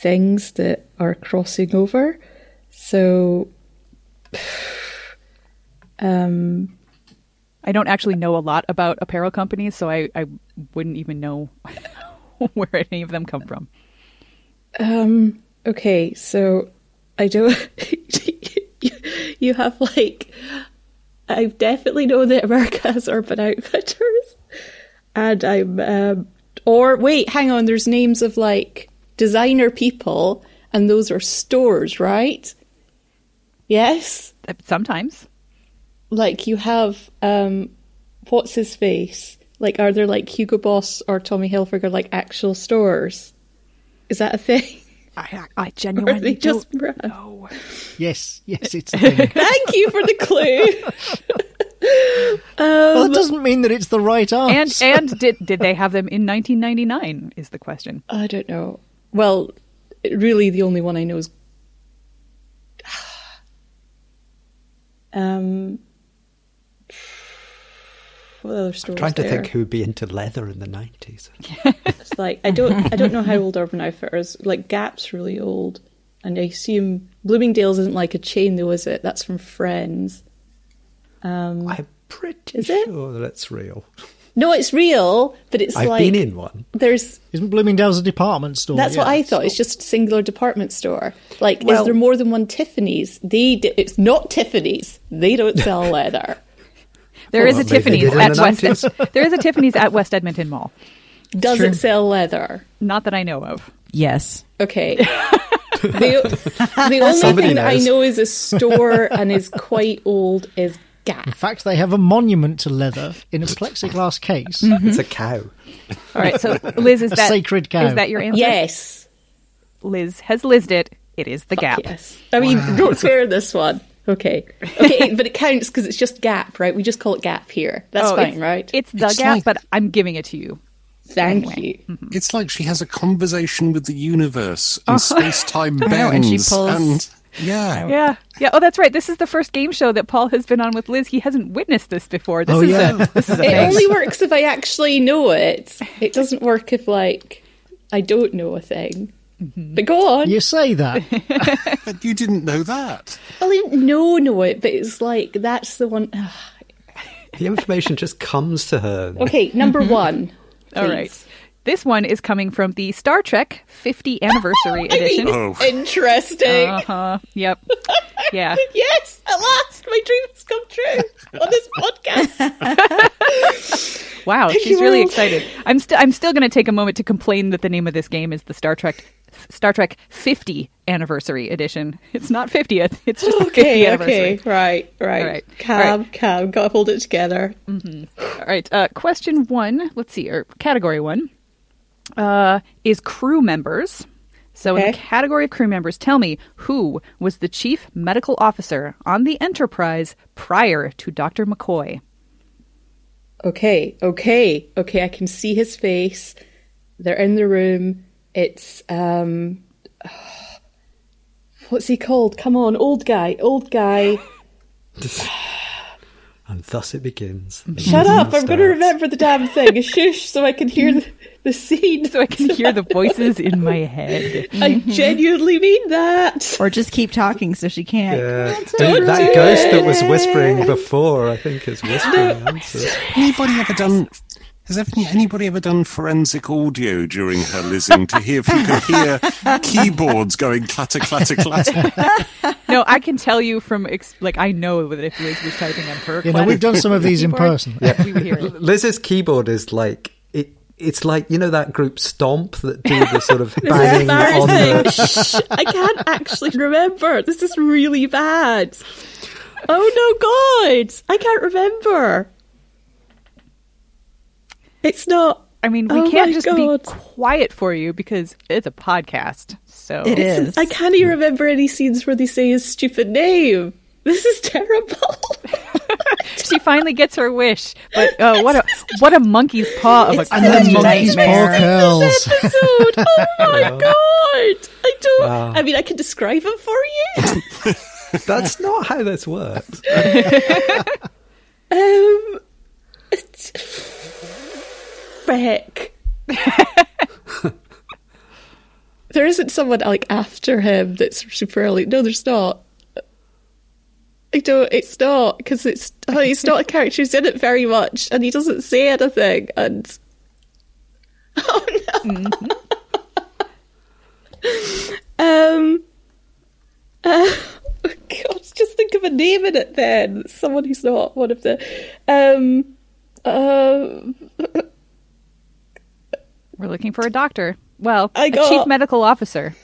things that are crossing over. So, um, I don't actually know a lot about apparel companies, so I, I wouldn't even know where any of them come from. um, okay, so I don't. you have like, I definitely know that America has Urban Outfitters, and I'm. Um, or wait, hang on. There's names of like designer people, and those are stores, right? Yes. Uh, Sometimes. like you have um what's his face like are there like hugo boss or tommy hilfiger like actual stores is that a thing I, I or are genuinely they just just brand? Yes, yes, it's the thing. thank you for the clue well, that doesn't mean that it's the right and answer. and did did they have them in 1999? Is the question. i don't know well really the only one i know is um what other stores Trying to there? think who would be into leather in the 90s. It's like I don't I don't know how old Urban Outfitters like Gap's really old, and I assume Bloomingdale's isn't like a chain though, is it? That's from Friends. Um, I'm pretty Is it? sure that's real. no, it's real, but it's I've like been in one. there's. Isn't Bloomingdale's a department store? That's what Yeah. I thought. It's just a singular department store. Like, Well- is there more than one Tiffany's? They d it's not Tiffany's. They don't sell leather. There is Well, a maybe they did Tiffany's in at the West. 90s. there is a Tiffany's at West Edmonton Mall. Does it sell leather? Not that I know of. yes. Okay. the, the only Somebody thing that I knows. know is a store and is quite old is Gap. In fact, they have a monument to leather in a plexiglass case. Mm-hmm. It's a cow. All right, so Liz is A that sacred cow. Is that your answer? Yes. Liz has Lized it. It is the gap. Yes. I mean, don't swear in this one. Okay. Okay, but it counts because it's just gap, right? We just call it gap here. That's Oh, fine, it's- right? It's the It's gap, like- but I'm giving it to you. Thank you. It's like she has a conversation with the universe and space time bends. know, and she pulls- Oh. and- yeah. Yeah. Yeah. Oh, that's right. This is the first game show that Paul has been on with Liz. He hasn't witnessed this before. This Oh, is yeah. a, this is a It thing. only works if I actually know it. It doesn't work if, like, I don't know a thing. Mm-hmm. But go on. You say that. But you didn't know that. Well, I didn't know know it, but it's like that's the one. The information just comes to her. okay, number one. Mm-hmm. All please. right. This one is coming from the Star Trek 50 Anniversary Edition. Oh. Interesting. Uh huh. Yep. Yeah. Yes, at last, my dream has come true on this podcast. Wow, Thank she's you, really world. excited. I'm still I'm still going to take a moment to complain that the name of this game is the Star Trek Star Trek 50 Anniversary Edition. It's not 50th. It's just the 50 okay, anniversary. okay, right, right. All right, all Calm, calm. Gotta hold it together. All right. Uh, question one. Let's see. Or category one uh, is crew members. So, in the Okay. category of crew members, tell me who was the chief medical officer on the Enterprise prior to Dr. McCoy? Okay, okay, okay. I can see his face. They're in the room. It's um, what's he called? Come on, old guy, old guy. And thus it begins. Shut up! I'm going to remember the damn thing. Shush, so I can hear the, the scene. So I can hear the voices in my head. I genuinely mean that. Or just keep talking so she can't. Yeah. And uh, that ghost that was whispering before, I think, is whispering answers. Anybody ever done? Has ever, anybody ever done forensic audio during her lizzing to hear if you can hear keyboards going clatter, clatter, clatter? No, I can tell you from, ex- like, I know that if Liz was typing on her You know, we've done some of these in keyboard, person. we would hear it. Liz's keyboard is like it. It's like you know that group Stomp that do the sort of banging on the. Shh, I can't actually remember. This is really bad. Oh no, God! I can't remember. It's not. I mean, we Oh can't my just God. be quiet for you because it's a podcast. So It is. I can't even remember any scenes where they say his stupid name. This is terrible. she finally gets her wish. But uh, what a what a monkey's paw of It's a a And the That's monkey's paw nightmare. curls. episode. Oh my god! I don't. Wow. I mean, I can describe him for you. That's not how this works. Um, it's Frick. there isn't someone like after him that's super early. No, there's not. I don't. It's not because it's oh, it's not a character who's in it very much, and he doesn't say anything. And oh no. um. Uh, oh God, just think of a name in it then. Someone who's not one of the. Um. Um. We're looking for a doctor. Well, I a got- chief medical officer.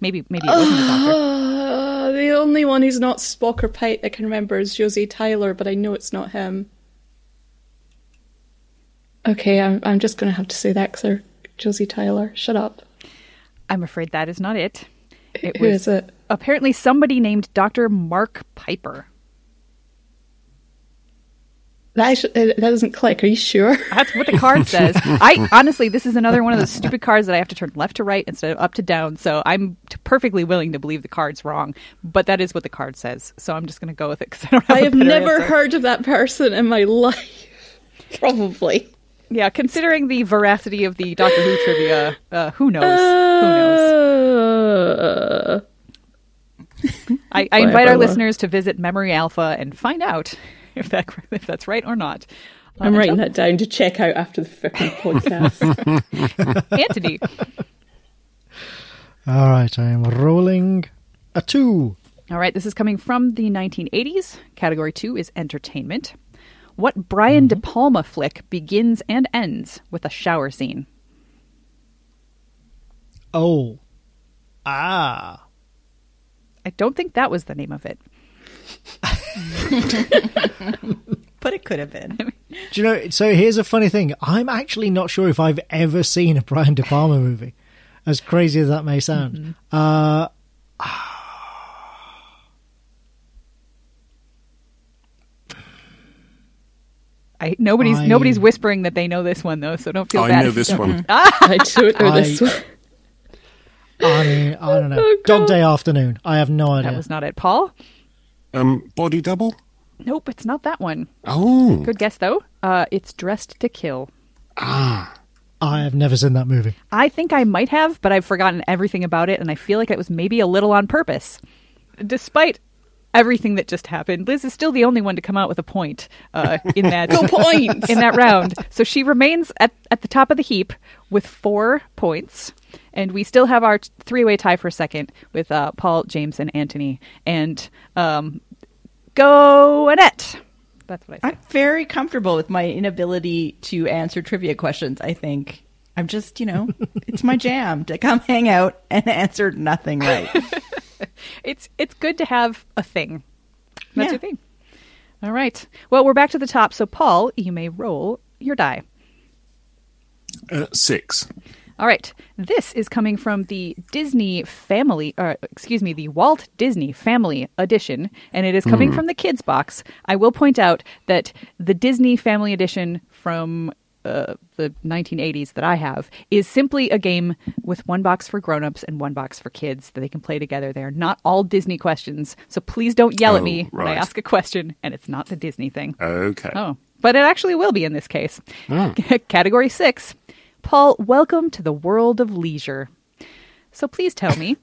Maybe maybe it wasn't a doctor. Uh, the only one who's not Spock or Pike I can remember is Josie Tyler, but I know it's not him. Okay, I'm I'm just gonna have to say that because Josie Tyler. Shut up. I'm afraid that is not it. It Who is it? apparently somebody named Dr. Mark Piper. That is, uh, that doesn't click. Are you sure? That's what the card says. I honestly, this is another one of those stupid cards that I have to turn left to right instead of up to down. So I'm t- perfectly willing to believe the card's wrong, but that is what the card says. So I'm just going to go with it because I don't have. I a have better never answer. heard of that person in my life. Probably. Yeah, considering the veracity of the Doctor Who trivia, uh, who knows? who knows? Uh, I, I invite Forever. our listeners to visit Memory Alpha and find out if that if that's right or not. Uh, I'm writing that down to check out after the fucking podcast. Anthony, All right, I am rolling a two. All right, this is coming from the 1980s. Category two is entertainment. What Brian De Palma flick begins and ends with a shower scene? Oh. Ah. I don't think that was the name of it. But it could have been. Do you know? So here's a funny thing. I'm actually not sure if I've ever seen a Brian De Palma movie, as crazy as that may sound. Mm-hmm. Uh, I, nobody's I- nobody's whispering that they know this one though, so don't feel Oh, I bad. Ah. know if you this don't. one. I don't know I- this one. I mean, I don't know. Oh, God. Dog Day Afternoon. I have no That idea. was not it, Paul. Um, body double? Nope, it's not that one. Oh, Good guess though. Uh, it's Dressed to Kill. I have never seen that movie. I think I might have, but I've forgotten everything about it, and I feel like it was maybe a little on purpose. Despite everything that just happened. Liz is still the only one to come out with a point uh, in that Go points! in that round. So she remains at at the top of the heap with four points, and we still have our three way tie for second with uh, Paul, James, and Anthony. And um, go Annette. That's what I said. I'm very comfortable with my inability to answer trivia questions, I think. I'm just, you know, it's my jam to come hang out and answer nothing right. it's it's good to have a thing. That's Yeah. your thing. All right. Well, we're back to the top. So, Paul, you may roll your die. Uh, six. All right. This is coming from the Disney Family, or excuse me, the Walt Disney Family Edition, and it is Hmm. coming from the kids box. I will point out that the Disney Family Edition from uh, the 1980s that I have is simply a game with one box for grown-ups and one box for kids that they can play together. They are not all Disney questions, so please don't yell at Oh, me when I right. ask a question and it's not the Disney thing. Okay. Oh, but it actually will be in this case. Category six. Paul, welcome to the world of leisure. So please tell me,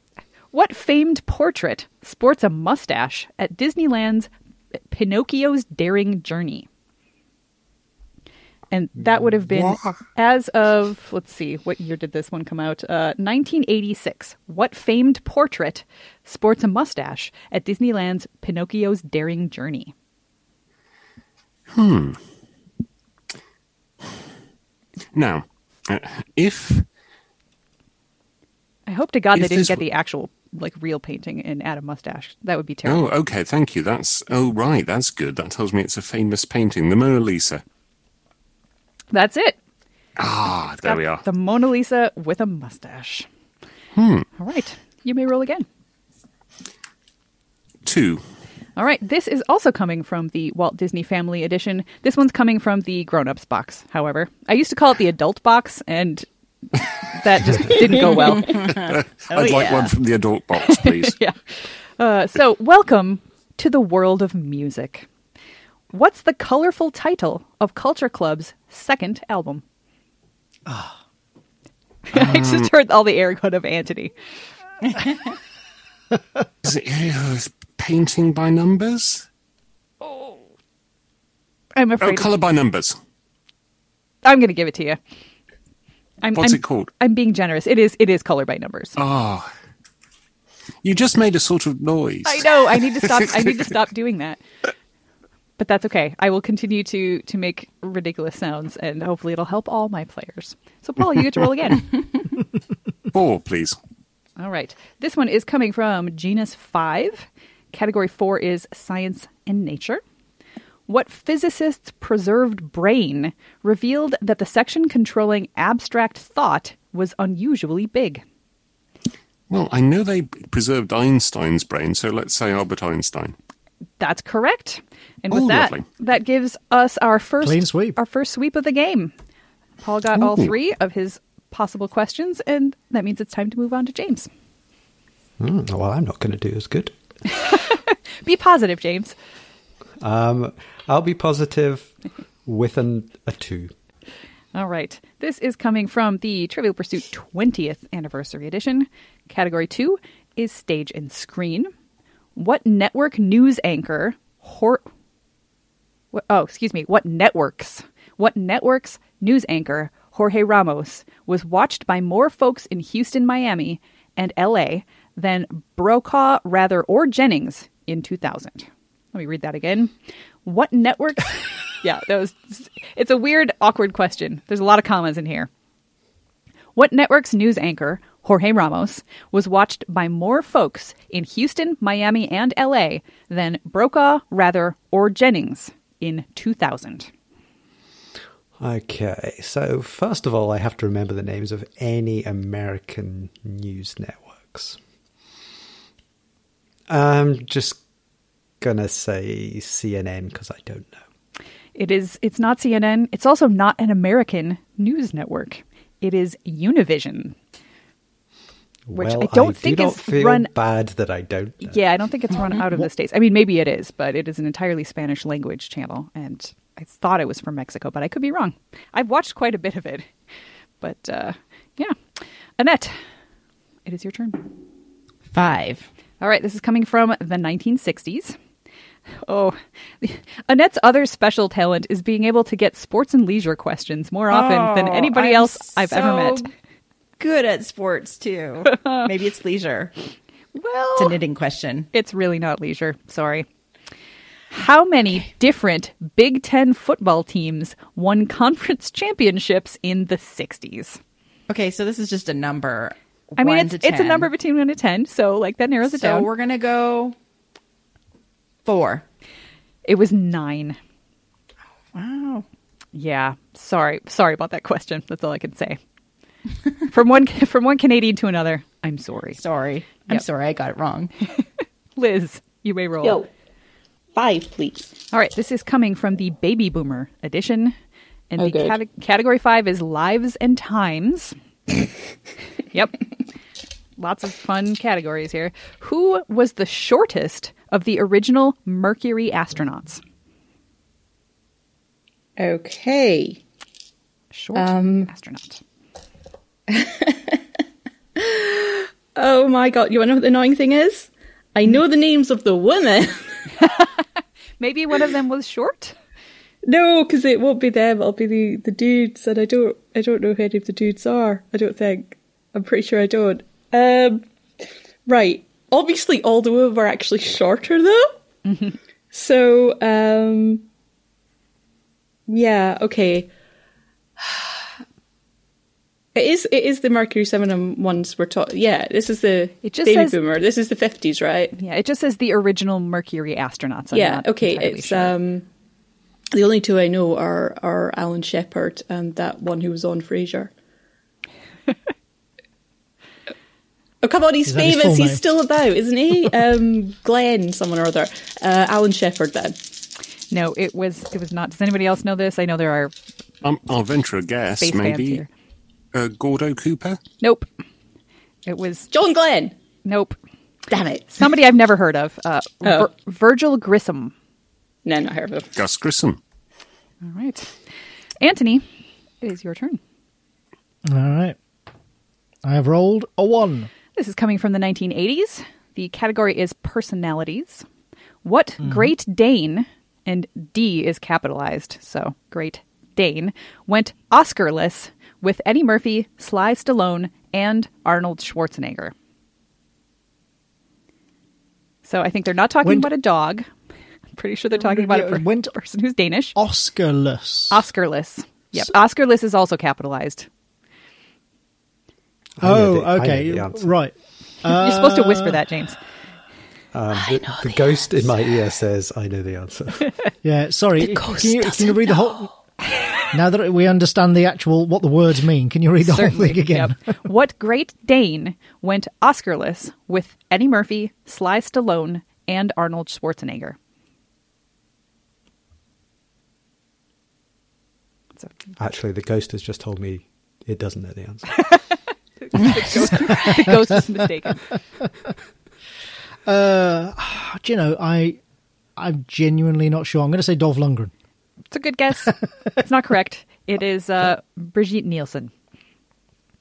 what famed portrait sports a mustache at Disneyland's Pinocchio's Daring Journey? And that would have been as of, let's see, what year did this one come out? Uh, 1986. What famed portrait sports a mustache at Disneyland's Pinocchio's Daring Journey? Now, uh, if I hope to God they Is didn't this get w- the actual like real painting and add a mustache. That would be terrible. oh, okay, thank you. That's oh right, that's good. That tells me it's a famous painting, the Mona Lisa. That's it. Ah, there we are. The Mona Lisa with a mustache. Hmm. All right. You may roll again. Two. All right. This is also coming from the Walt Disney Family Edition. This one's coming from the Grown Ups box, however. I used to call it the Adult box, and that just didn't go well. Oh, I'd like yeah. one from the adult box, please. yeah. Uh, so, welcome to the world of music. What's the colorful title of Culture Club's second album? Ah. I Um. just heard all the air going of Antony. Is it uh, painting by numbers? I'm Oh, afraid color by numbers. I'm going to give it to you. I'm, What's I'm- it called? I'm being generous. It is. It is color by numbers. Ah, you just made a sort of noise. I know. I need to stop. I need to stop doing that. But that's okay. I will continue to to make ridiculous sounds, and hopefully, it'll help all my players. So, Paul, you get to roll again. Four, please. All right. This one is coming from genus 5. Category 4 is science and nature. What physicist's preserved brain revealed that the section controlling abstract thought was unusually big? Well, I know they preserved Einstein's brain, so let's say Albert Einstein. That's correct. And with Ooh, that, lovely. that gives us our first Clean sweep. Our first sweep of the game. Paul got all Ooh. three of his possible questions, and that means it's time to move on to James. Mm, well, I'm not going to do as good. Be positive, James. Um, I'll be positive with an, a two. All right. This is coming from the Trivial Pursuit 20th Anniversary Edition. Category 2 is Stage and Screen. What network news anchor hor- what, Oh, excuse me. What networks? What networks news anchor Jorge Ramos was watched by more folks in Houston, Miami, and LA than Brokaw, Rather, or Jennings in 2000. Let me read that again. What networks? yeah, that was it's a weird awkward question. There's a lot of commas in here. What network's news anchor, Jorge Ramos, was watched by more folks in Houston, Miami, and LA than Brokaw, Rather, or Jennings in 2000? Okay, so first of all, I have to remember the names of any American news networks. I'm just gonna say CNN because I don't know. It is it's not CNN, it's also not an American news network. It is Univision. Which well, I don't I think do is not feel run- bad that I don't. Know. Yeah, I don't think it's run out of the states. I mean, maybe it is, but it is an entirely Spanish language channel, and I thought it was from Mexico, but I could be wrong. I've watched quite a bit of it, but uh, yeah, Annette, it is your turn. Five. All right, this is coming from the 1960s. Oh, Annette's other special talent is being able to get sports and leisure questions more often than Oh, anybody I'm else I've ever met. so Good at sports too. Maybe it's leisure. Well, It's a knitting question. It's really not leisure. Sorry. How many different Big Ten football teams won conference championships in the 60s? Okay, so this is just a number. I mean, One it's, to it's a 10. number between 1 and 10, so like that narrows it So down. we're gonna go four. It was nine. Wow. Yeah. Sorry. Sorry about that question. That's all I can say. from one from one Canadian to another, I'm sorry. Sorry. I'm Yep. sorry, I got it wrong. Liz, you may roll. Yo, five, please. All right, this is coming from the Baby Boomer edition. And Oh, the good. cate- category five is Lives and Times. yep. Lots of fun categories here. Who was the shortest of the original Mercury astronauts? Okay. Short Um, astronaut. Oh my god, you want to know what the annoying thing is? I know the names of the women. Maybe one of them was short? no, because it won't be them, it'll be the, the dudes, and I don't I don't know who any of the dudes are. I don't think. I'm pretty sure I don't. Um Right. Obviously all the women were actually shorter though. Mm-hmm. So um Yeah, okay. It is it is the Mercury Seven and ones we're talking. Yeah, this is the It just baby says- boomer. This is the fifties, right? Yeah, it just says the original Mercury astronauts. I'm yeah not okay entirely it's sure. um the only two i know are are alan shepard and that one who was on frasier oh come on he's Is that his full famous he's name? still about isn't he um glenn someone or other uh alan shepard then No, it was it was not. Does anybody else know this? I know there are Um, I'll venture a guess, space fans maybe. here. Uh, Gordo Cooper? Nope. It was john glenn nope. damn it Somebody I've never heard of. Uh, Oh. Vir- Virgil Grissom. no not heard of him Gus Grissom? All right. Anthony, it is your turn. All right. I have rolled a one. This is coming from the 1980s. The category is personalities. What Great Dane, and D is capitalized, so Great Dane, went Oscarless with Eddie Murphy, Sly Stallone, and Arnold Schwarzenegger. So I think they're not talking When- about a dog. I'm pretty sure they're talking about a per- When- person who's Danish. Oscarless. Oscarless. Yep. Oscarless is also capitalized. I know oh, the- I know okay. the answer. Right. You're supposed to whisper that, James. Um, the the ghost in my ear says, "I know the answer." Yeah, sorry. ghost can you, can you read the whole Now that we understand the actual what the words mean, can you read the whole thing again? Yep. what Great Dane went Oscarless with Eddie Murphy, Sly Stallone, and Arnold Schwarzenegger? So, Actually, the ghost has just told me it doesn't know the answer. the ghost is mistaken. Uh, do you know, I I'm genuinely not sure. I'm going to say Dolph Lundgren. It's a good guess. It's not correct. It is uh, Brigitte Nielsen.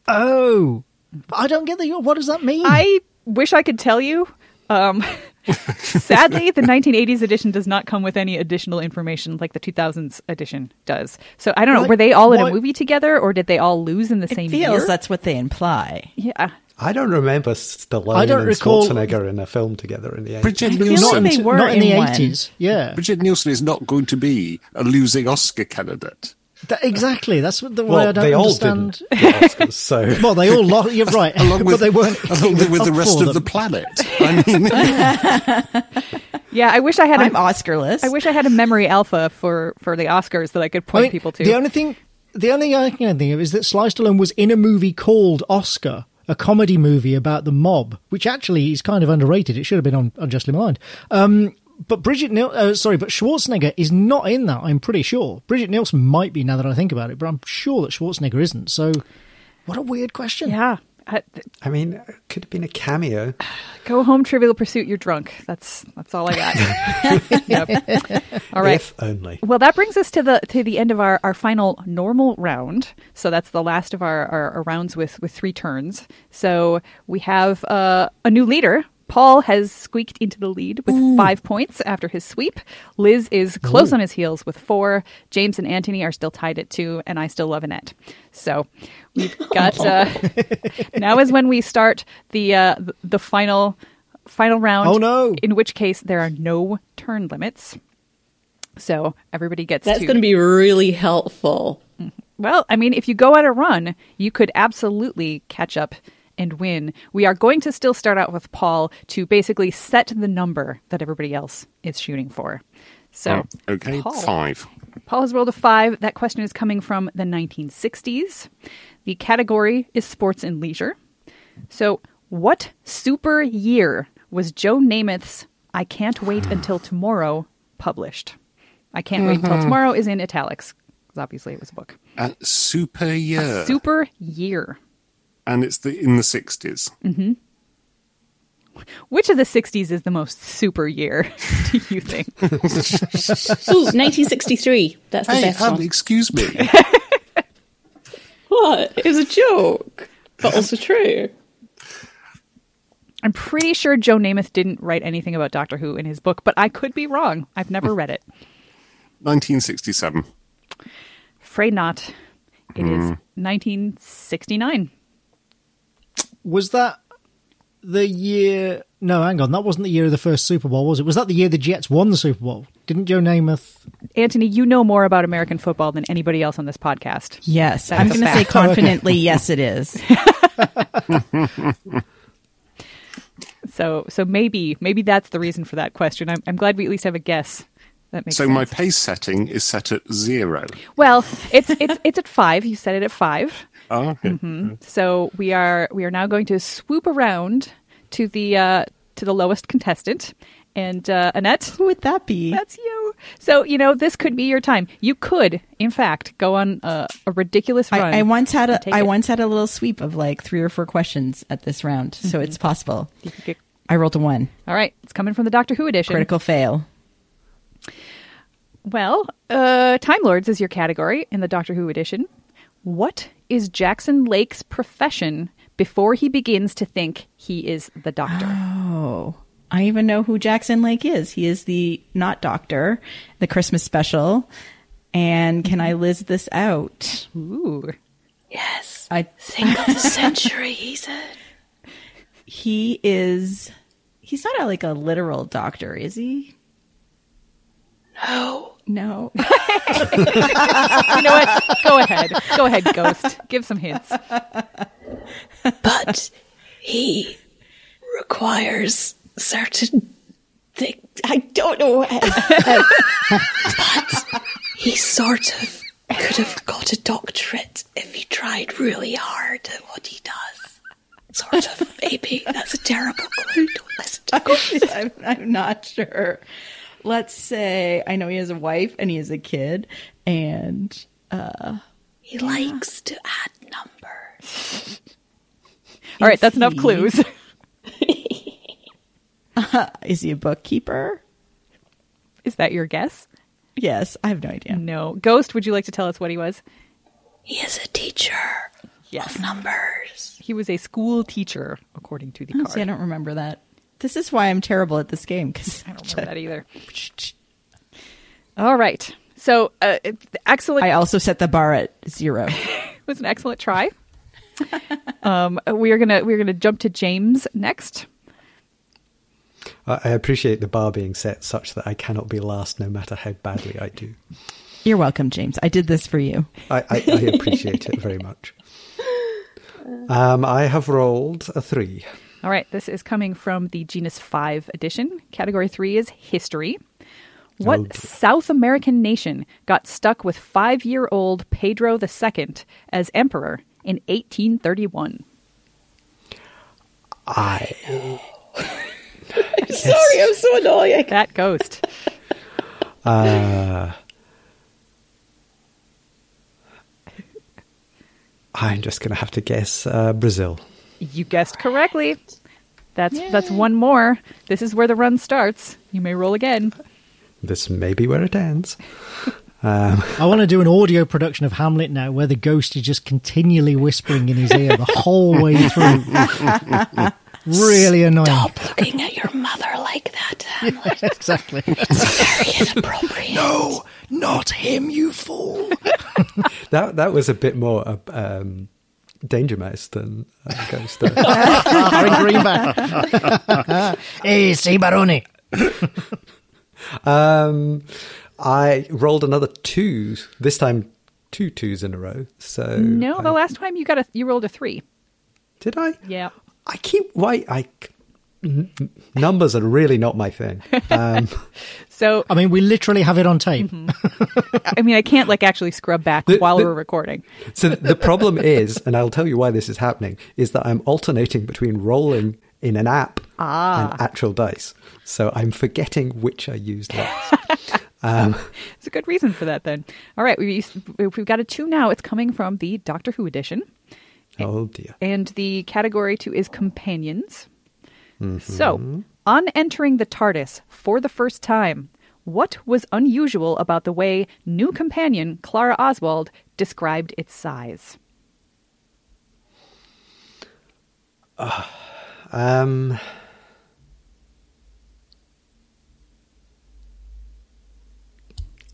Oh. But I don't get the what does that mean? I wish I could tell you. Um, sadly, the 1980s edition does not come with any additional information like the 2000s edition does. So I don't know. Like, were they all in a why- movie together, or did they all lose in the same Feels year? that's what they imply. yeah. I don't remember Stallone I don't and recall- Schwarzenegger in a film together in the 80s. Bridget feel like Nielsen. they were not in, in the one. 80s. Yeah. Bridget Nielsen is not going to be a losing Oscar candidate. That- exactly. That's what the way I well, don't they all understand. didn't get Oscars, so Well, they all lost. You're right. Along with, but they weren't along with, up the rest for of the them. planet. I mean, Yeah, I wish I had. I'm A, Oscarless. I wish I had a memory alpha for for the Oscars that I could point I mean, people to. The only thing, the only thing I can think of is that Sly Stallone was in a movie called Oscar, a comedy movie about the mob, which actually is kind of underrated. It should have been on unjustly maligned. Um, but Bridget, Nil- uh, sorry, but Schwarzenegger is not in that. I'm pretty sure. Bridget Nielsen might be now that I think about it, but I'm sure that Schwarzenegger isn't. So, what a weird question. yeah. I, I mean, it could have been a cameo. go home, Trivial Pursuit. You're drunk. That's that's all I got. Yep. All right. If only. Well, that brings us to the to the end of our, our final normal round. So that's the last of our, our, our rounds with with three turns. So we have uh, a new leader Paul has squeaked into the lead with five points after his sweep. Liz is close on his heels with four. James and Anthony are still tied at two, and I still love Annette. So we've got uh, now is when we start the uh, th- the final final round. Oh, no. In which case there are no turn limits. So everybody gets That's to- going to be really helpful. well, I mean, if you go on a run, you could absolutely catch up and win. We are going to still start out with Paul to basically set the number that everybody else is shooting for. So, Oh, okay, Paul, five. Paul has rolled a five. That question is coming from the 1960s. The category is sports and leisure. So, what super year was Joe Namath's I Can't Wait Until Tomorrow published? I Can't Wait Until Tomorrow is in italics because obviously it was a book. Uh, super year. A super year. and it's the in the 60s. Which of the 60s is the most super year, do you think? Ooh, 1963. That's the Hey, best um, one. excuse me. What? It was a joke, but also true. I'm pretty sure Joe Namath didn't write anything about Doctor Who in his book, but I could be wrong. I've never read it. 1967. Afraid not. It is Hmm. 1969. Was that the year? No, hang on. That wasn't the year of the first Super Bowl, was it? Was that the year the Jets won the Super Bowl? Didn't Joe Namath? Anthony, you know more about American football than anybody else on this podcast. Yes, That's I'm a going to fact. say confidently, yes, it is. So, so maybe, maybe that's the reason for that question. I'm, I'm glad we at least have a guess. That makes so sense. my pace setting is set at zero. well, it's it's it's at five. You said it at five. Oh, okay. So we are we are now going to swoop around to the uh, to the lowest contestant, and uh, Annette, Who would that be? that's you. So you know this could be your time. You could, in fact, go on a, a ridiculous run. I, I once had Take a I it. once had a little sweep of like three or four questions at this round, Mm-hmm. so it's possible. You could get- I rolled a one, All right, it's coming from the Doctor Who edition. critical fail. Well, uh, Time Lords is your category in the Doctor Who edition. What is Jackson Lake's profession before he begins to think he is the Doctor? Oh, I even know who Jackson Lake is. He is the not doctor, the Christmas special. And can Mm-hmm. I Liz this out? Ooh. Yes. I Think of the century he's in. he is. He's not a, like a literal doctor, is he? No. No. You know what? Go ahead. Go ahead, Ghost. Give some hints. But he requires certain things. I don't know what. Um, but he sort of could have got a doctorate if he tried really hard at what he does. Sort of, maybe. That's a terrible clue. Don't listen to I'm, I'm not sure. Let's say I know he has a wife and he has a kid, and He likes to add numbers. All right, that's enough he- clues. is he a bookkeeper? Is that your guess? Yes, I have no idea. No. Ghost, would you like to tell us what Mm. he was? He is a teacher Yes. of numbers. He was a school teacher, according to the Oh, card. see, I don't remember that. This is why I'm terrible at this game because I don't remember that either. All right. So, uh, it- excellent. I also set the bar at zero. It was an excellent try. um, we are gonna we're gonna jump to James next. I I appreciate the bar being set such that I cannot be last no matter how badly I do. You're welcome, James. I did this for you. I, I, I appreciate it very much. Um, I have rolled a three. All right, this is coming from the genus five edition. Category three is history. What Oh, dear. South American nation got stuck with five year old Pedro II as emperor in 1831? I Sorry, I'm so annoying. That ghost. I'm just going to have to guess uh, Brazil. you guessed correctly. That's that's one more. This is where the run starts. You may roll again. This may be where it ends. I want to do an audio production of Hamlet now, where the ghost is just continually whispering in his ear the whole way through. really annoying. Stop looking at your mother like that, Hamlet. Exactly. Very inappropriate. no, not him, you fool. That that was a bit more uh, um, Danger Mouse than uh, Ghost. though. Aaron Greenback. hey, see Baroni. Um, I rolled another two. This time, two twos in a row. So No, the last time you got a you rolled a three. did I? Yeah. I keep why I c- n- n- numbers are really not my thing. Um, So I mean, we literally have it on tape. I mean, I can't like actually scrub back The- while the- we're recording. so the problem is, and I'll tell you why this is happening, is that I'm alternating between rolling in an app and actual dice. So I'm forgetting which I used last. It's a good reason for that then. All right, we we've got a two now. It's coming from the Doctor Who edition, oh dear. and the category two is companions. Mm-hmm. So, on entering the TARDIS for the first time, what was unusual about the way new companion Clara Oswald described its size? Um,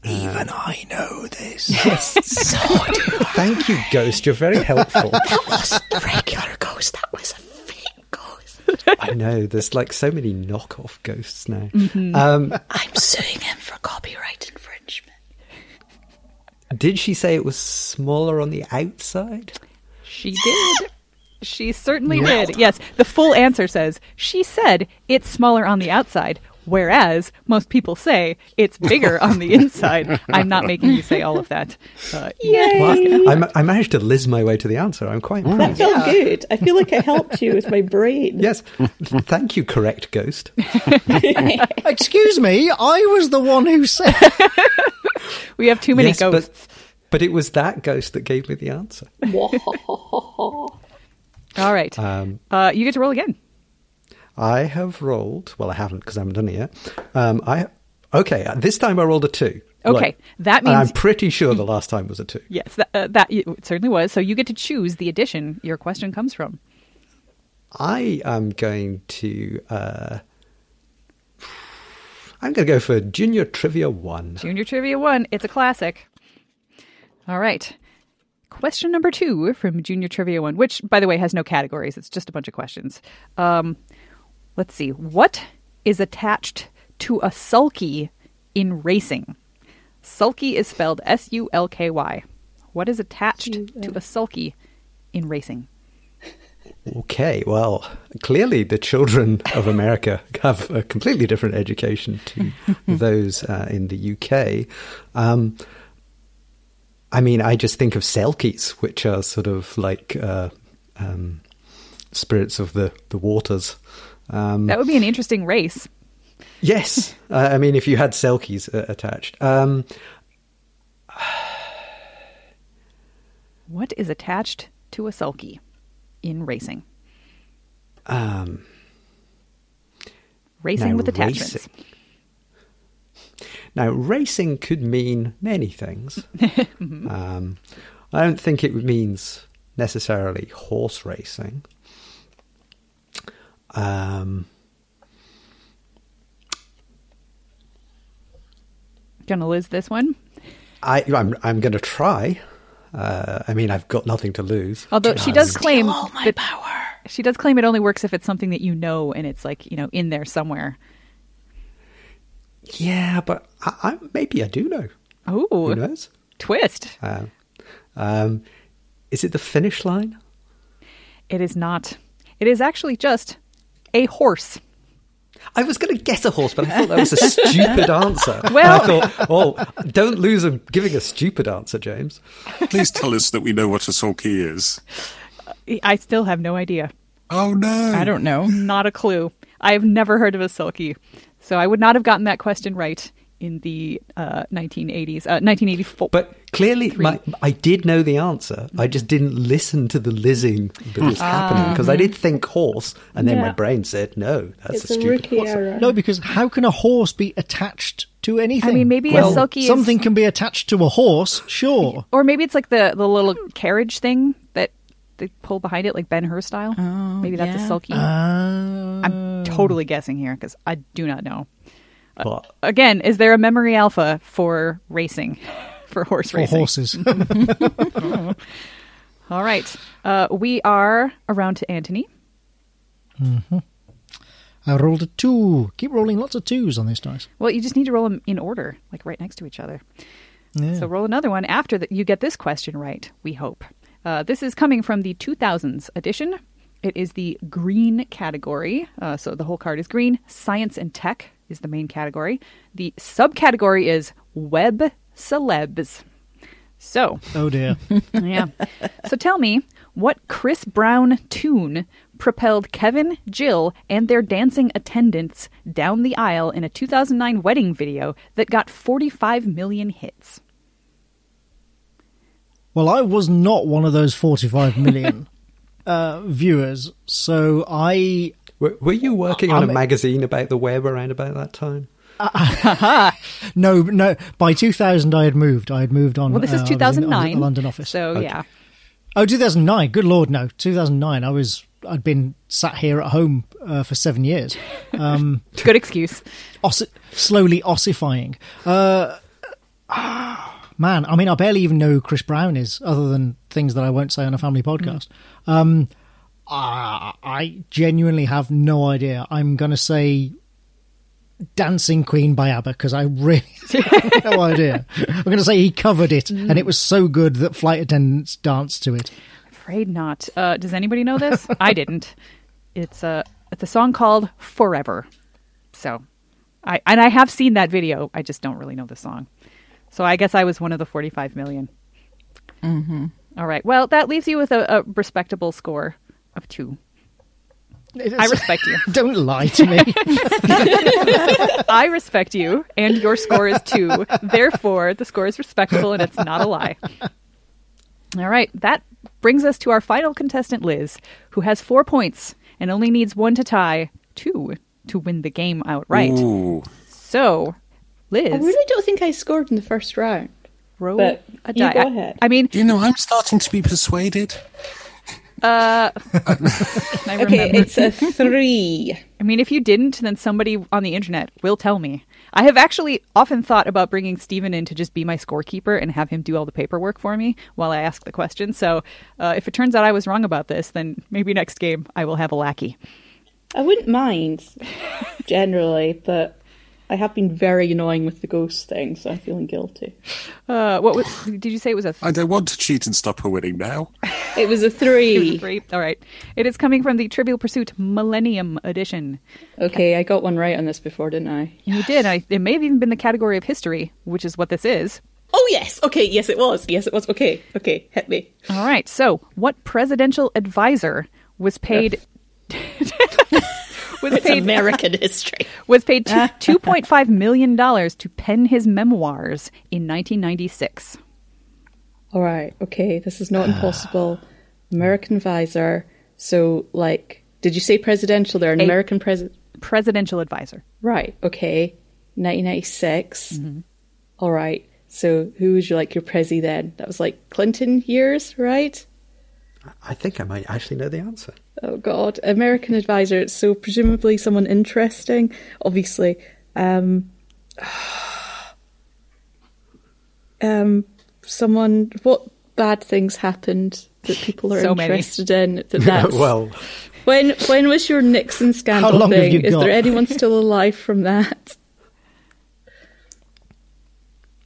Even I know this. So do thank you, Ghost. You're very helpful. that wasn't the regular ghost. That was a fake ghost. I know. There's like so many knockoff ghosts now. Mm-hmm. Um, I'm suing him for copyright infringement. did she say it was smaller on the outside? She did. She certainly did. Yes, the full answer says she said it's smaller on the outside, whereas most people say it's bigger on the inside. I'm not making you say all of that. Uh, yeah. Well, I, ma- I managed to liz my way to the answer. I'm quite That impressed. felt good. I feel like it helped you with my brain. Yes. Thank you, correct ghost. Excuse me, I was the one who said. We have too many Yes, but- ghosts. But it was that ghost that gave me the answer. All right. Um, uh, you get to roll again. I have rolled. Well, I haven't because I haven't done it yet. Um, I okay. uh, This time I rolled a two. Okay, Right. that And I'm means- pretty sure the last time was a two. Yes, that, uh, that it certainly was. So you get to choose the edition your question comes from. I am going to. Uh, I'm going to go for Junior Trivia One. Junior Trivia 1, it's a classic. All right. Question number two from Junior Trivia 1, which, by the way, has no categories. It's just a bunch of questions. Um, let's see. What is attached to a sulky in racing? Sulky is spelled S U L K Y. What is attached to a sulky in racing? Okay, well, clearly the children of America have a completely different education to those uh, in the UK. Um, I mean, I just think of selkies, which are sort of like uh, um, spirits of the, the waters. Um, That would be an interesting race. Yes, uh, I mean, if you had selkies uh, attached. Um, What is attached to a sulky in racing? um, Racing Now, with attachments. racing. Now, racing could mean many things. Mm-hmm. um, I don't think it means necessarily horse racing. Um, Gonna lose this one. I, I'm, I'm going to try. Uh, I mean, I've got nothing to lose. Although she does claim All my that power. she does claim it only works if it's something that you know and it's like you know in there somewhere. Yeah, but I, I, maybe I do know. Who Oh, knows? twist! Um, um, is it the finish line? It is not. It is actually just a horse. I was going to get a horse, but I thought that was a stupid answer. Well- and I thought, oh, don't lose on giving a stupid answer, James. Please tell us that we know what a sulky is. I still have no idea. Oh no! I don't know. Not a clue. I have never heard of a sulky, so I would not have gotten that question right in the uh, 1980s, uh, 1984. But clearly, my, I did know the answer. I just didn't listen to the lizzing that was happening because I did think horse, and then my Yeah. brain said, no, that's It's a a stupid rookie horse. error. No, because how can a horse be attached to anything? I mean, maybe Well, a sulky something is, can be attached to a horse, sure. or maybe it's like the the little carriage thing that they pull behind it like Ben Hur style. Oh, Maybe that's yeah. a sulky. Ah, I'm totally guessing here because I do not know. But Again, is there a memory alpha for racing, for horse for racing? horses. All right, uh, we are around to Antony. I rolled a two. Keep rolling lots of twos on this dice. Well, you just need to roll them in order, like right next to each other. Yeah. So roll another one after that. You get this question right. We hope. Uh, this is coming from the 2000s edition. It is the green category. Uh, so the whole card is green. Science and tech is the main category. The subcategory is web celebs. So Oh dear. yeah. So tell me, what Chris Brown tune propelled Kevin, Jill, and their dancing attendants down the aisle in a 2009 wedding video that got 45 million hits? well, I was not one of those 45 million uh, viewers, so I were, were you working on I'm- a magazine about the web around about that time? no no. By 2000, I had moved. I had moved on. Well, this uh, I is was in- I was in 2009. the London office. So yeah. Oh, 2009. Good lord, no. 2009. I was. I'd been sat here at home uh, for seven years, Good excuse. Ossi- slowly ossifying. Uh, ah, man, I mean, I barely even know who Chris Brown is, other than things that I won't say on a family podcast. Mm. Um, ah, I genuinely have no idea. I'm going to say Dancing Queen by ABBA because I really have no idea. I'm going to say he covered it and it was so good that flight attendants danced to it. Afraid not. Uh, does anybody know this? I didn't. It's a it's a song called Forever. So, I and I have seen that video. I just don't really know the song. So I guess I was one of the forty-five million. All right. Well, that leaves you with a, a respectable score of two. I respect you. Don't lie to me. I respect you, and your score is two. Therefore, the score is respectable, and it's not a lie. All right, that brings us to our final contestant, Liz, who has four points and only needs one to tie two to win the game outright. Ooh. So, Liz, I really don't think I scored in the first round. roll but a you die. go I- ahead. I mean, Do you know, I'm starting to be persuaded. can I Okay, remember? it's a three. I mean, if you didn't, then somebody on the internet will tell me. I have actually often thought about bringing Steven in to just be my scorekeeper and have him do all the paperwork for me while I ask the question. So uh, if it turns out I was wrong about this, then maybe next game I will have a lackey. I wouldn't mind generally, but I have been very annoying with the ghost thing, so I'm feeling guilty. Uh, what was, did you say it was a I don't want to cheat and stop her winning now. It was a three. three? All right. It is coming from the Trivial Pursuit Millennium Edition. Okay, I got one right on this before, didn't I? You did. I, it may have even been the category of history, which is what this is. Oh yes. Okay. Yes, it was. Yes, it was. Okay. Okay. Hit me. All right. So, what presidential advisor was paid? was It's paid American history. was paid two, $2.5 million dollars to pen his memoirs in 1996. All right. Okay. This is not impossible. American visor. So, like, did you say presidential there? An A- American president. Presidential advisor. Right. Okay. 1996. Mm-hmm. All right. So, who was your like your prezi then? That was like Clinton years, right? I think I might actually know the answer. Oh God, American advisor. So presumably someone interesting, obviously. Um, um, someone. What bad things happened that people are So many. interested in? That that's well, When when was your Nixon scandal long have thing? you Is got? there anyone still alive from that?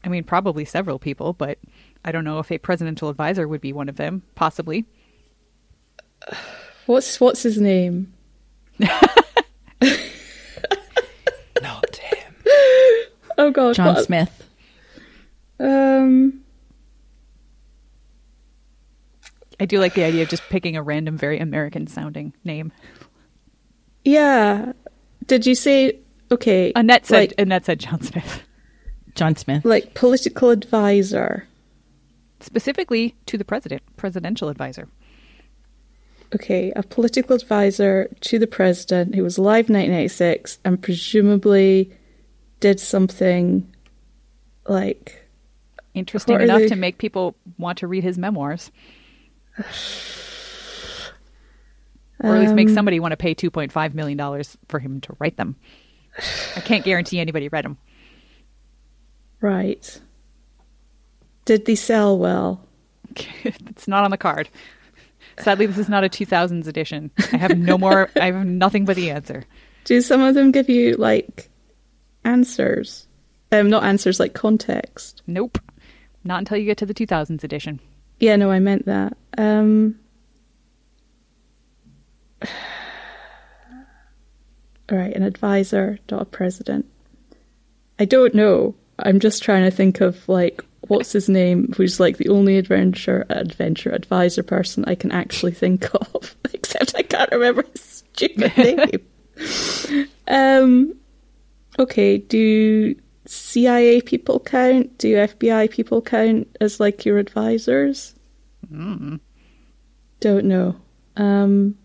I mean, probably several people, but I don't know if a presidential advisor would be one of them, possibly. What's what's his name? not him. Oh God, John what- Smith. Um, I do like the idea of just picking a random, very American sounding name. yeah. Did you say okay? Annette said, like- Annette said John Smith. John Smith. like political advisor. Specifically to the president, presidential advisor. Okay, a political advisor to the president who was alive in 1986 and presumably did something like. Interesting What are enough they- to make people want to read his memoirs. or at least make somebody want to pay two point five million dollars for him to write them. I can't guarantee anybody read them. Right. Did they sell well? it's not on the card. Sadly, this is not a two thousands edition. I have no more. I have nothing but the answer. Do some of them give you like answers? Um, not answers like context. Nope. Not until you get to the two thousands edition. Yeah, no, I meant that. Um. All right, an advisor, not a president. I don't know. I'm just trying to think of like what's his name, who's like the only adventure adventure advisor person I can actually think of, except I can't remember his stupid name. um, okay, do CIA people count? Do FBI people count as like your advisors? Hmm. Don't know. Um,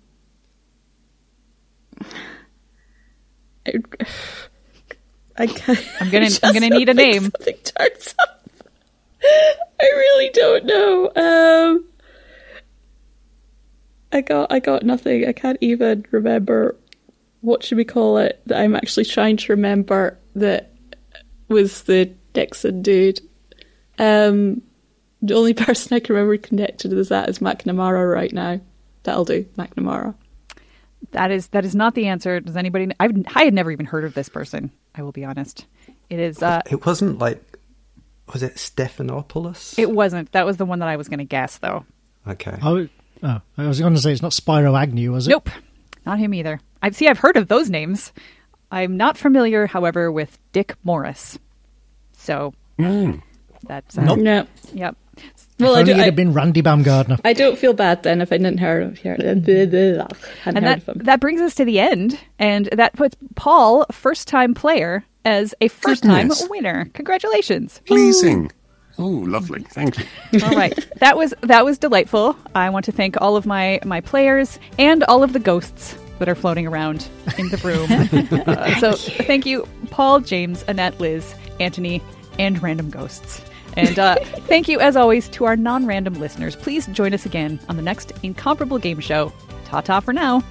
I, I can't, I'm gonna- I just I'm gonna need a don't think name. Something turns up. I really don't know. Um, I got I got nothing. I can't even remember what should we call it that I'm actually trying to remember that was the Dixon dude. Um, the only person I can remember connected with that is McNamara right now. That'll do, McNamara. That is that is not the answer. Does anybody? kn- I've I had never even heard of this person. I will be honest. It is. Uh, It wasn't like, was it Stephanopoulos? it wasn't. That was the one that I was going to guess though. okay. I w- oh, I was going to say it's not Spyro Agnew, was it? Nope, not him either. I see. I've heard of those names. I'm not familiar, however, with Dick Morris. So that's uh, No. Yep. Well, Mm. if I, only do, it I, had been Randy Baumgardner. I don't feel bad then if I didn't hear of hear, And hadn't heard that of him. that brings us to the end, and that puts Paul, first time player, as a first time Goodness. winner. Congratulations. Pleasing. Oh, lovely. Thank you. all right that was that was delightful i want to thank all of my my players and all of the ghosts that are floating around in the room Uh, so thank you paul james annette liz anthony and random ghosts and uh, thank you as always to our non-random listeners please join us again on the next incomparable game show ta-ta for now